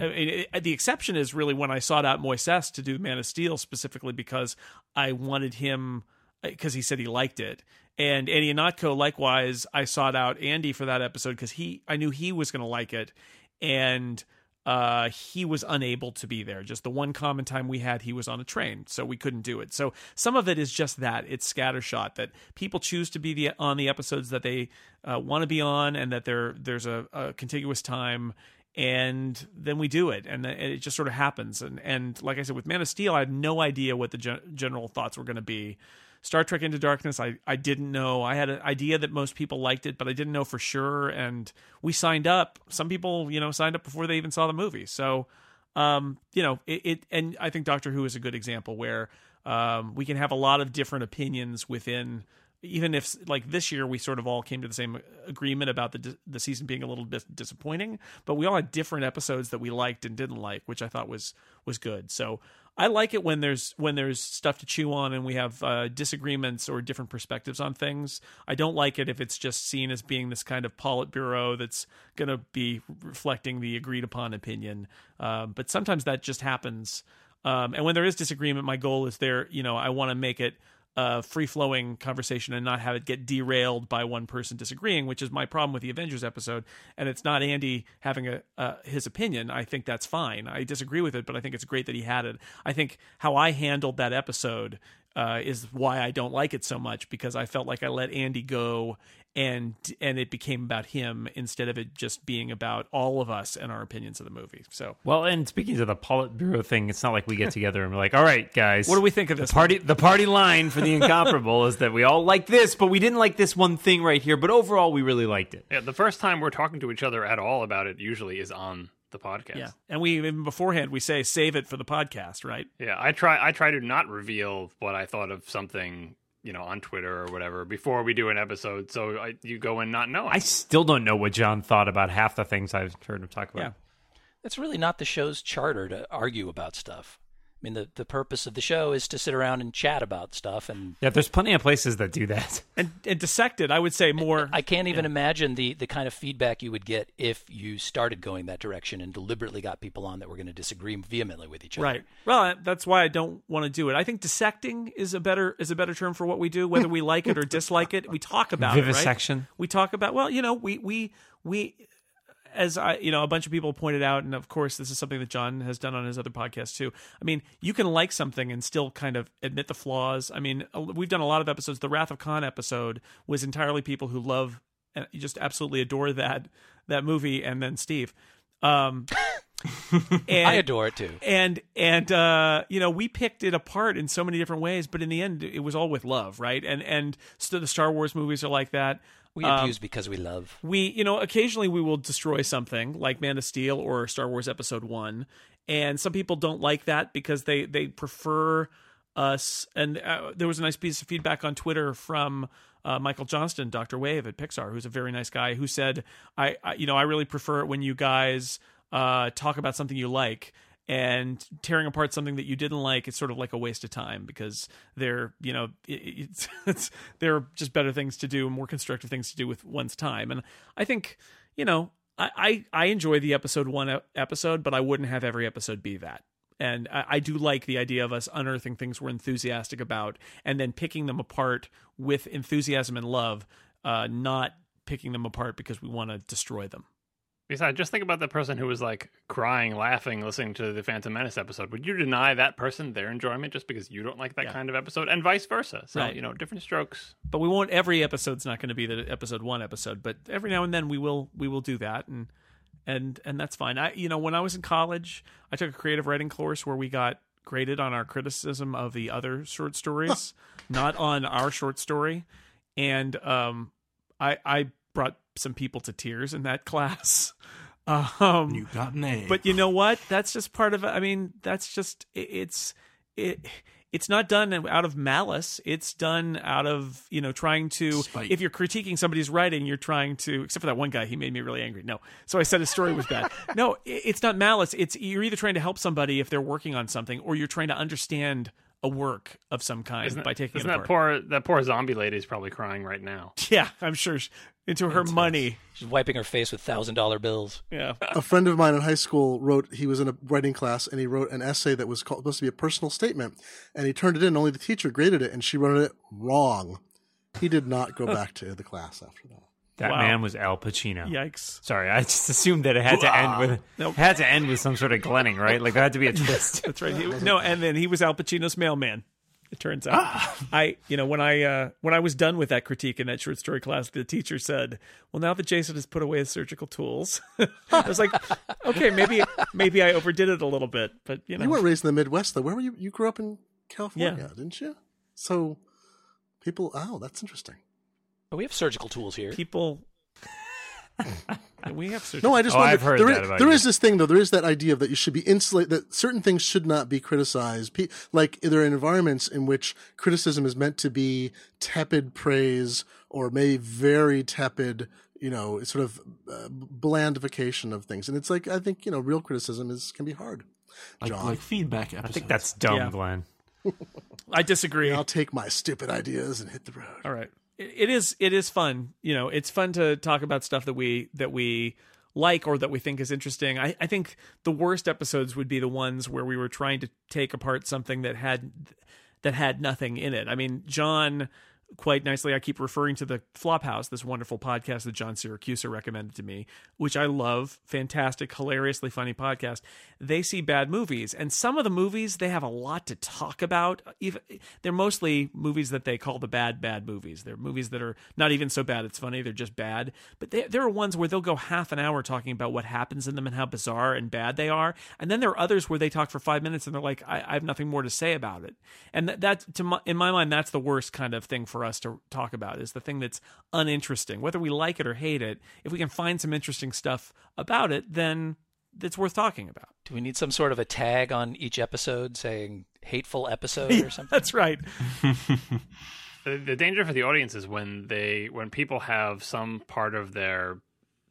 I mean, it- the exception is really when I sought out Moises to do Man of Steel specifically because I wanted him because he said he liked it. And Andy Anatko, likewise, I sought out Andy for that episode because he I knew he was going to like it, and uh, he was unable to be there. Just the one common time we had, he was on a train, so we couldn't do it. So some of it is just that it's scattershot that people choose to be the, on the episodes that they uh, want to be on, and that there there's a, a contiguous time and then we do it and it just sort of happens and and like i said with man of steel i had no idea what the gen- general thoughts were going to be star trek into darkness i i didn't know i had an idea that most people liked it but i didn't know for sure and we signed up some people you know signed up before they even saw the movie so um you know it, it and i think doctor who is a good example where um we can have a lot of different opinions within even if like this year we sort of all came to the same agreement about the the season being a little bit disappointing, but we all had different episodes that we liked and didn't like, which I thought was was good. So I like it when there's when there's stuff to chew on and we have uh, disagreements or different perspectives on things. I don't like it if it's just seen as being this kind of Politburo that's going to be reflecting the agreed upon opinion. Uh, but sometimes that just happens. Um, and when there is disagreement, my goal is there. You know, I want to make it a free flowing conversation and not have it get derailed by one person disagreeing, which is my problem with the Avengers episode. And it's not Andy having a uh, his opinion. I think that's fine. I disagree with it, but I think it's great that he had it. I think how I handled that episode uh, is why I don't like it so much because I felt like I let Andy go and and it became about him instead of it just being about all of us and our opinions of the movie. So
Well, and speaking to the Politburo thing, it's not like
(laughs)
we get together and we're like, "All right, guys,
what do we think of
the
this?
party the party
(laughs)
line for the incomparable is that we all like this, but we didn't like this one thing right here. But overall, we really liked it.
Yeah, the first time we're talking to each other at all about it usually is on the podcast.
Yeah, and we even beforehand we say save it for the podcast, right?
Yeah, I try I try to not reveal what I thought of something, you know, on Twitter or whatever before we do an episode. So I, you go in not knowing.
I still don't know what John thought about half the things I've heard him talk about.
Yeah.
That's really not the show's charter to argue about stuff. I mean, the, the purpose of the show is to sit around and chat about stuff, and
Yeah, there's plenty of places that do that. (laughs)
and and dissected. I would say more.
I can't even imagine the, the kind of feedback you would get if you started going that direction and deliberately got people on that were going to disagree vehemently with each other.
right. Well, that's why I don't want to do it. I think dissecting is a better is a better term for what we do, whether we like it or dislike it. We talk about it, right?
Vivisection.
We talk about well, you know, we we we as I, you know, a bunch of people pointed out, and of course, this is something that John has done on his other podcast too. I mean, you can like something and still kind of admit the flaws. I mean, a- we've done a lot of episodes. The Wrath of Khan episode was entirely people who love and just absolutely adore that that movie, and then Steve.
(laughs)
Um, and,
I adore it too.
and and uh, you know we picked it apart in so many different ways, but in the end, it was all with love, right? And and so the Star Wars movies are like that
We
um,
abuse because we love.
we you know occasionally we will destroy something like man of steel or star wars episode one and some people don't like that because they they prefer us and uh, there was a nice piece of feedback on twitter from uh, michael johnston dr wave at pixar who's a very nice guy who said i, I you know i really prefer it when you guys uh, talk about something you like and tearing apart something that you didn't like is sort of like a waste of time because they're you know it, it's, (laughs) it's there are just better things to do more constructive things to do with one's time and i think you know i i, I enjoy the episode one e- episode but i wouldn't have every episode be that and I, I do like the idea of us unearthing things we're enthusiastic about and then picking them apart with enthusiasm and love uh not picking them apart because we want to destroy them
Besides, just think about the person who was like crying, laughing, listening to the Phantom Menace episode. Would you deny that person their enjoyment just because you don't like that
Yeah.
kind of episode, and vice versa? So
Right.
you know, different strokes.
but we won't every episode's not going to be the episode one episode but every now and then we will we will do that and and and that's fine i you know when i was in college i took a creative writing course where we got graded on our criticism of the other short stories not on our short story and um, I I brought some people to tears in that class. (laughs) Um,
You got an A.
but you know what that's just part of i mean that's just it- it's it it's not done out of malice it's done out of you know trying to
Spite.
if you're critiquing somebody's writing you're trying to except for that one guy he made me really angry no so i said his story was
(laughs)
bad no i- it's not malice it's you're either trying to help somebody if they're working on something or you're trying to understand a work of some kind
Isn't,
by taking
isn't
it
that
apart.
poor that poor zombie lady is probably crying right now.
yeah i'm sure she- into her money
She's wiping her face with thousand dollar bills.
yeah
a friend of mine in high school wrote he was in a writing class and he wrote an essay that was called, supposed to be a personal statement and he turned it in only the teacher graded it and she wrote it wrong he did not go back to the class after that
That
Wow.
man was Al Pacino.
yikes
Sorry, I just assumed that it had to end with
(laughs) Nope.
had to end with some sort of glenning, right? Like there had to be a twist.
(laughs) That's right. He- no, and then he was Al Pacino's mailman. It turns out, I you know when I uh, when I was done with that critique in that short story class, the teacher said, "Well, now that Jason has put away his surgical tools," (laughs) I was like, "Okay, maybe maybe I overdid it a little bit, but you know,
you weren't raised in the midwest though where were you you grew up in california
Yeah.
didn't you so people oh that's interesting
But we have surgical tools here.
people." we have surgical.
no i just
Oh,
wonder
I've heard
there,
that
is-
about
there
you.
is this thing though there is that idea that you should be insulate that certain things should not be criticized Pe- like there are environments in which criticism is meant to be tepid praise or maybe very tepid you know sort of uh, blandification of things and it's like i think you know real criticism is can be hard
like,
John.
like feedback
I
episodes.
think that's dumb,
Yeah.
Glenn.
I disagree.
i'll take my stupid ideas and hit the road
All right. It, it is it is fun. You know, it's fun to talk about stuff that we that we like or that we think is interesting. I, I think the worst episodes would be the ones where we were trying to take apart something that had that had nothing in it. I mean, John quite nicely I keep referring to the Flophouse, this wonderful podcast that John Syracuse recommended to me, which I love, fantastic, hilariously funny podcast. They see bad movies and some of the movies they have a lot to talk about. Even they're mostly movies that they call the bad bad movies. They're movies that are not even so bad it's funny, they're just bad. But they, there are ones where they'll go half an hour talking about what happens in them and how bizarre and bad they are. And then there are others where they talk for five minutes and they're like, I, I have nothing more to say about it. And that, that to my, in my mind, that's the worst kind of thing for us to talk about is the thing that's uninteresting. Whether we like it or hate it, if we can find some interesting stuff about it, then it's worth talking about. (laughs)
Do we need some sort of a tag on each episode saying hateful episode
(laughs)
or something?
That's right.
The, the danger for the audience is when they when people have some part of their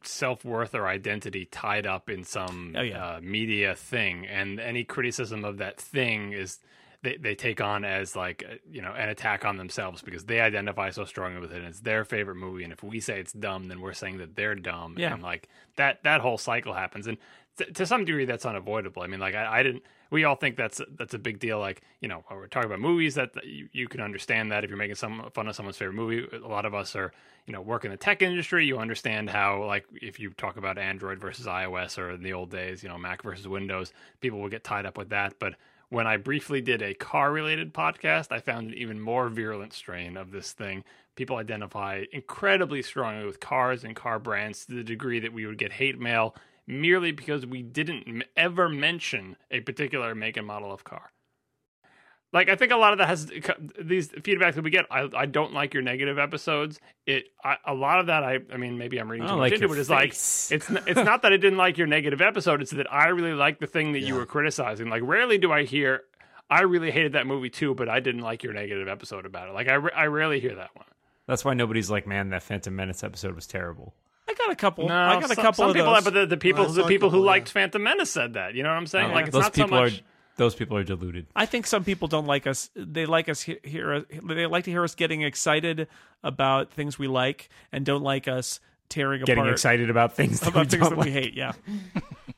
self worth or identity tied up in some
Oh, yeah.
uh, media thing, and any criticism of that thing is they they take on as like uh, you know an attack on themselves because they identify so strongly with it. and It's their favorite movie, and if we say it's dumb, then we're saying that they're dumb.
Yeah.
and like that that whole cycle happens, and th- to some degree that's unavoidable. I mean, like I, I didn't. We all think that's that's a big deal. Like you know, when we're talking about movies that that you, you can understand that if you're making some fun of someone's favorite movie. A lot of us are you know work in the tech industry. You understand how like if you talk about Android versus iOS or in the old days, you know Mac versus Windows, people will get tied up with that. But when I briefly did a car related podcast, I found an even more virulent strain of this thing. People identify incredibly strongly with cars and car brands to the degree that we would get hate mail merely because we didn't m- ever mention a particular make and model of car. Like I think a lot of that has these feedback that we get. I, I don't like your negative episodes. It I, a lot of that. I I mean maybe I'm reading
I
too
don't
much
like
into
your
it. Is like
face.
it's n- it's not that I didn't like your negative episode. It's that I really like the thing that you were criticizing. Like rarely do I hear I really hated that movie too, but I didn't like your negative episode about it. Like I ra- I rarely hear that one.
That's why nobody's like, man, that Phantom Menace episode was terrible.
I got a couple.
No,
I got a
some-
couple
some
of
people,
those.
but the, the people
I saw
the
a
people who
couple, yeah.
liked Phantom Menace said that. You know what I'm saying?
Uh,
Like it's
those
not
people
so much.
are those people are deluded.
I think some people don't like us. They like us he- hear. They like to hear us getting excited about things we like, and don't like us tearing
Getting
apart
excited about things
(laughs)
that
about
we
things
don't
that
like.
we hate. Yeah,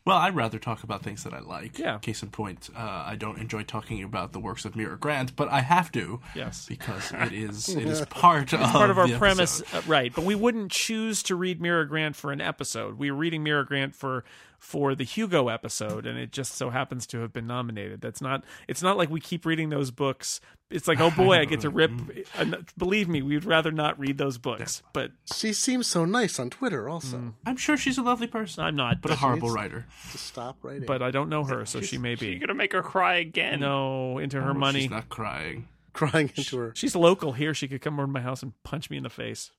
Well, I'd rather talk about things that I like.
Yeah.
Case in point, uh, I don't enjoy talking about the works of Mira Grant, but I have to.
Yes.
Because
(laughs)
it is it is part of
part of our
the
premise,
episode.
uh, right? But we wouldn't choose to read Mira Grant for an episode. We were reading Mira Grant for for the Hugo episode, and it just so happens to have been nominated. That's not. It's not like we keep reading those books. It's like, oh boy, I get to rip. an- Believe me, we'd rather not read those books. But
she seems so nice on twitter also
Hmm.
I'm sure she's a lovely person,
I'm not.
but a horrible
She's-
writer.
to stop writing
uh,
But I don't know her, so she may be.
You're gonna make her cry again.
No, into her
Oh,
money.
She's not crying.
crying into her.
She's local here. She could come over to my house and punch me in the face.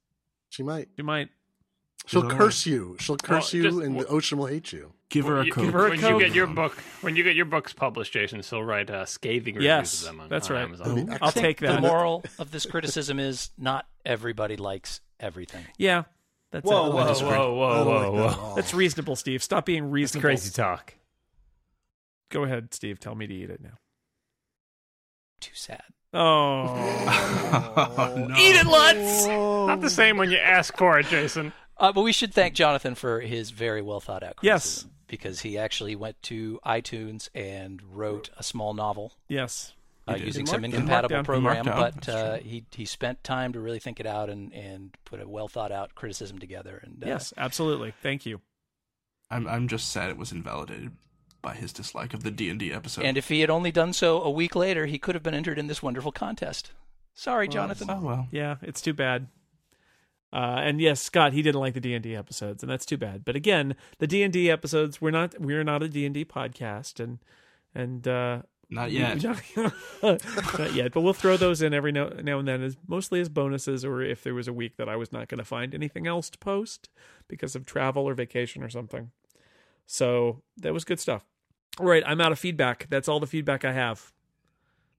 She might.
She might.
She'll
She's all
curse you. She'll curse
Well,
you,
just-
and the ocean will hate you.
Give her a
You-
coke.
her a
when you
coke.
get your
(laughs)
book, when you get your books published, Jason, still write uh, scathing reviews
Yes,
of them on,
that's
on
right.
Amazon.
That'd be
I'll
excellent.
take
The
that.
moral of this criticism is not everybody likes everything.
Yeah, that's
Whoa,
it.
whoa,
disagree.
whoa,
I
Oh
whoa,
don't
whoa,
like that at
whoa.
all.
That's reasonable, Steve. Stop being
It's
reasonable.
crazy talk.
Go ahead, Steve. Tell me to eat it now.
Too sad.
Uh,
Oh,
no.
eat it, Lutz.
Not the same when you ask for it, Jason.
Uh, but we should thank Jonathan for his very well thought out
Yes.
criticism. Because he actually went to iTunes and wrote a small novel
Yes.
uh,
He did.
using
In
some
Markdown.
incompatible
In Markdown.
program,
Markdown,
but
that's
uh,
true.
he he spent time to really think it out and, and put a well thought out criticism together. And uh,
Yes, absolutely. Thank you.
I'm I'm just sad it was invalidated by his dislike of the D and D episode.
and if he had only done so a week later, he could have been entered in this wonderful contest. Sorry, Jonathan.
oh well,
Yeah, it's too bad. Uh, and yes, Scott, he didn't like the D and D episodes, and that's too bad. But again, the D and D episodes, we're not we're not a D and D podcast, and and uh,
not yet.
(laughs) not yet. But we'll throw those in every now, now and then, as mostly as bonuses, or if there was a week that I was not going to find anything else to post because of travel or vacation or something. So that was good stuff. All right, I'm out of feedback. That's all the feedback I have.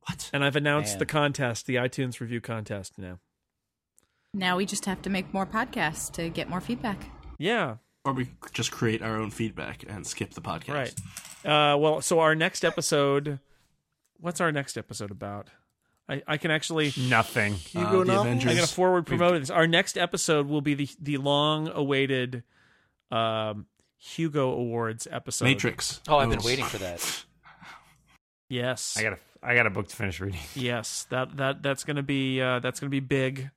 What?
And I've announced
Man.
the contest, the iTunes review contest now.
Now we just have to make more podcasts to get more feedback.
Yeah,
Or we just create our own feedback and skip the podcast.
right. Uh, well, so our next episode, what's our next episode about? I, I can actually.
Nothing.
Uh,
Hugo
the
novel?
Avengers.
I'm going to forward promote this. Our next episode will be the the long awaited um, Hugo Awards episode.
Matrix.
Oh, I've been
Oh.
waiting for that.
Yes.
I got a I got a book to finish reading.
yes. That that that's going to be uh, that's going to be big.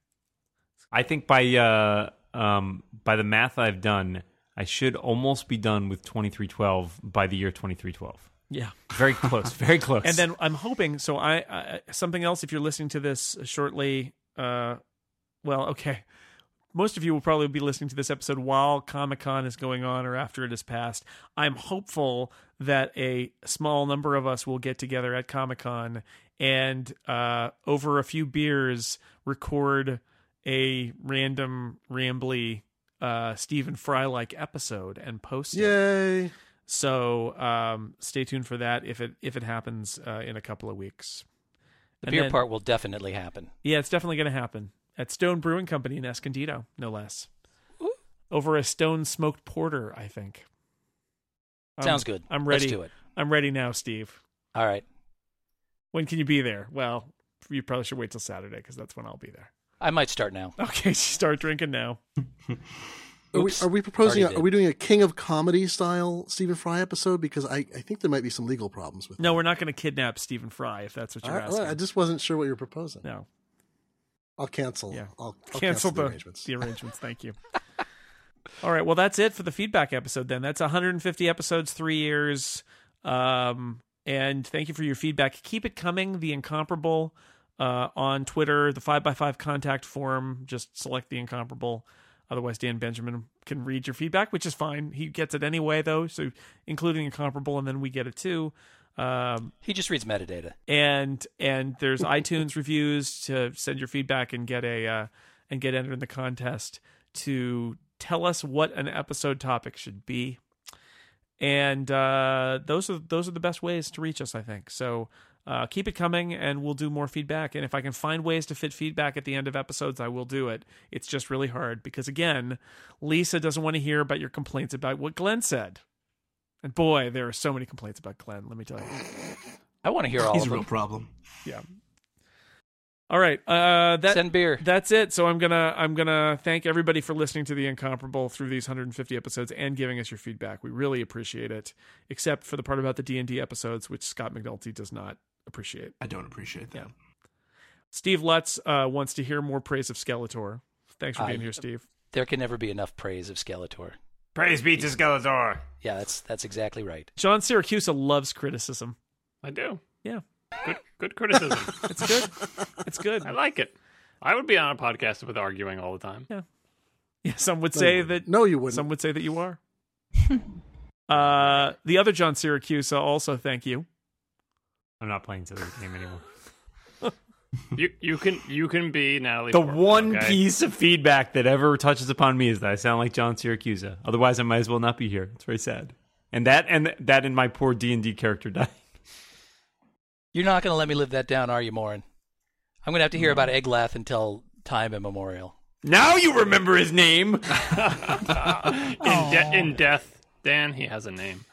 I think by uh um by the math I've done, I should almost be done with 2312 by the year 2312.
Yeah.
Very (laughs) close. Very close.
And then I'm hoping so I, I something else if you're listening to this shortly uh well, okay. Most of you will probably be listening to this episode while Comic Con is going on or after it is passed. I'm hopeful that a small number of us will get together at Comic Con and uh, over a few beers record a random, rambly uh, Stephen Fry like episode and post it.
(laughs) Yay!
So um, stay tuned for that if it if it happens uh, in a couple of weeks.
The
And
beer
then-
part will definitely happen.
Yeah, it's definitely going to happen at Stone Brewing Company in Escondido, no less. Over a stone smoked porter, I think. I'm-
Sounds good.
I'm ready.
Let's do it.
I'm ready now, Steve.
All right.
When can you be there? Well, you probably should wait till Saturday because that's when I'll be there. (laughs)
I might start now.
Okay, start drinking now.
Are we,
Oops.
are we proposing?
Already
A, are
did.
we doing a King of Comedy style Stephen Fry episode? Because I, I think there might be some legal problems with.
No, we're not going to kidnap Stephen Fry if that's what
that.
you're
I,
asking.
I just wasn't sure what you were proposing.
no,
I'll cancel.
Yeah.
I'll, I'll
cancel, the,
the arrangements.
the arrangements. Thank
(laughs)
you. All right. Well, that's it for the feedback episode. Then that's 150 episodes, three years. Um, and thank you for your feedback. Keep it coming. The incomparable uh, on Twitter, the five by five contact form. Just select the incomparable. Otherwise, Dan Benjamin can read your feedback, which is fine. He gets it anyway, though. So, including incomparable, and then we get it too. Um,
He just reads metadata.
and and there's iTunes reviews to send your feedback and get a uh, and get entered in the contest to tell us what an episode topic should be. And uh, those are those are the best ways to reach us, I think. So uh, keep it coming, and we'll do more feedback. And if I can find ways to fit feedback at the end of episodes, I will do it. It's just really hard because again, Lisa doesn't want to hear about your complaints about what Glenn said. And boy, there are so many complaints about Glenn. Let me tell you.
I want to hear all
He's a
of
real
them.
problem.
yeah all right uh that
Send beer.
that's it so i'm gonna i'm gonna thank everybody for listening to the incomparable through these 150 episodes and giving us your feedback we really appreciate it except for the part about the d&d episodes which scott mcnulty does not appreciate
I don't appreciate that.
steve lutz uh, wants to hear more praise of skeletor thanks for
I-
being here steve
There can never be enough praise of Skeletor.
praise be to Skeletor.
Yeah, that's that's exactly right.
john syracuse loves criticism
I do.
yeah
Good, good
(laughs)
criticism.
it's good it's good
I like it. I would be on a podcast with arguing all the time.
yeah, some would say that
no, you wouldn't.
Some would say that you are. uh, the other John Syracuse, also thank you.
I'm not playing Silly Game anymore.
You you can you can be Natalie.
The
Portman,
one
okay?
piece of feedback that ever touches upon me is that I sound like John Syracuse. Otherwise, I might as well not be here. It's very sad. And that and that and my poor D and D character dying.
You're not going to let me live that down, are you, Morin? I'm going to have to hear about Eglath until time immemorial.
(laughs) Now you remember his name.
in, de- in death. Dan, he has a name.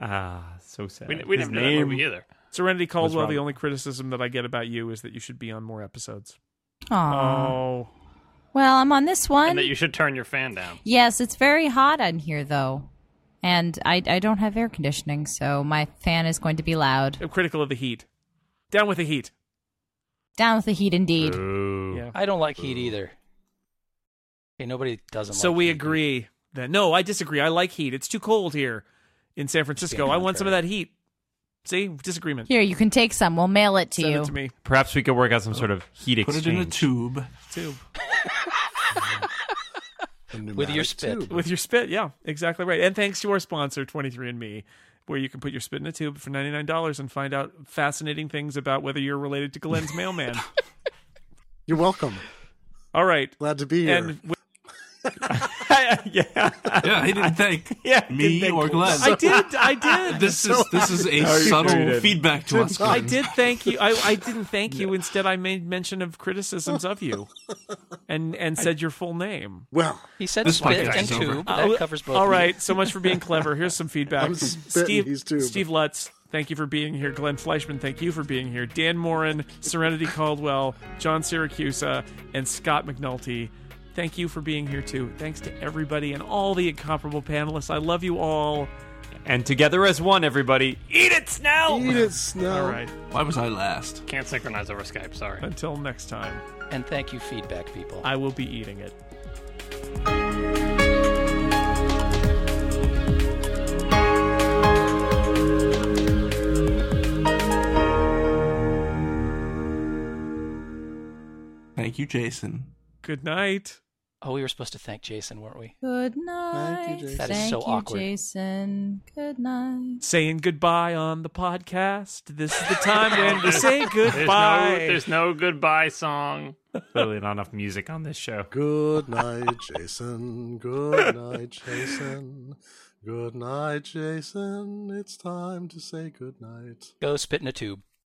Ah, so sad.
We, we
his
never knew that movie
name.
either.
Serenity Caldwell,
wrong?
the only criticism that I get about you is that you should be on more episodes.
Aw.
Oh,
Well, I'm on this
And
one.
that you should turn your fan down.
yes, it's very hot on here though, and I I don't have air conditioning, so my fan is going to be loud.
I'm critical of the heat. Down with the heat.
Down with the heat, indeed.
Yeah.
I don't like heat either. Okay, nobody doesn't.
So
like
we
heat.
agree then. No, I disagree. I like heat. It's too cold here in San Francisco. I want some of that heat. See, disagreement.
Here, you can take some. We'll mail it to
Send
you.
it to me
Perhaps we could work out some sort of heat
Put
exchange.
it in a tube.
too
With your spit.
with your spit. Yeah, exactly right. And thanks to our sponsor, 23andMe, where you can put your spit in a tube for ninety nine dollars and find out fascinating things about whether you're related to Glenn's mailman.
(laughs) You're welcome.
All right,
Glad to be here.
and. With- yeah,
Yeah, (laughs) he didn't thank
yeah.
me or Glenn.
I did. I
(laughs)
did.
this is this is a subtle
didn't.
feedback to us.
I
Glenn.
did thank you. I, I didn't thank you. Instead, I made mention of criticisms of
(laughs)
you, and and said your full name.
well,
He said
This
spit
podcast
and
is over.
tube. That
Uh,
covers both.
All
of you.
right. So much for
(laughs)
being clever. Here's some feedback.
I'm spitting these two, but-
Steve Lutz, thank you for being here. Glenn Fleischman, thank you for being here. Dan Morin, Serenity Caldwell, John Syracusa, and Scott McNulty. Thank you for being here too. Thanks to everybody and all the incomparable panelists. I love you all.
and together as one, everybody. Eat it, Snell.
eat it, Snow.
Oh. All right.
Why was I last?
Can't synchronize over Skype. Sorry.
Until next time,
And thank you, feedback people.
I will be eating it.
Thank you, Jason.
Good night.
oh, we were supposed to thank Jason, weren't we?
Good night.
Jason.
That is so
you,
awkward.
Jason. Good night.
Saying goodbye on the podcast. This is the time when we
(laughs) There's-
say
There's
goodbye.
no there's no goodbye song.
Clearly not enough music on this show.
(laughs)
Good night, Jason. Good night, Jason. Good night, Jason. It's time to say good night.
Go spit in a tube.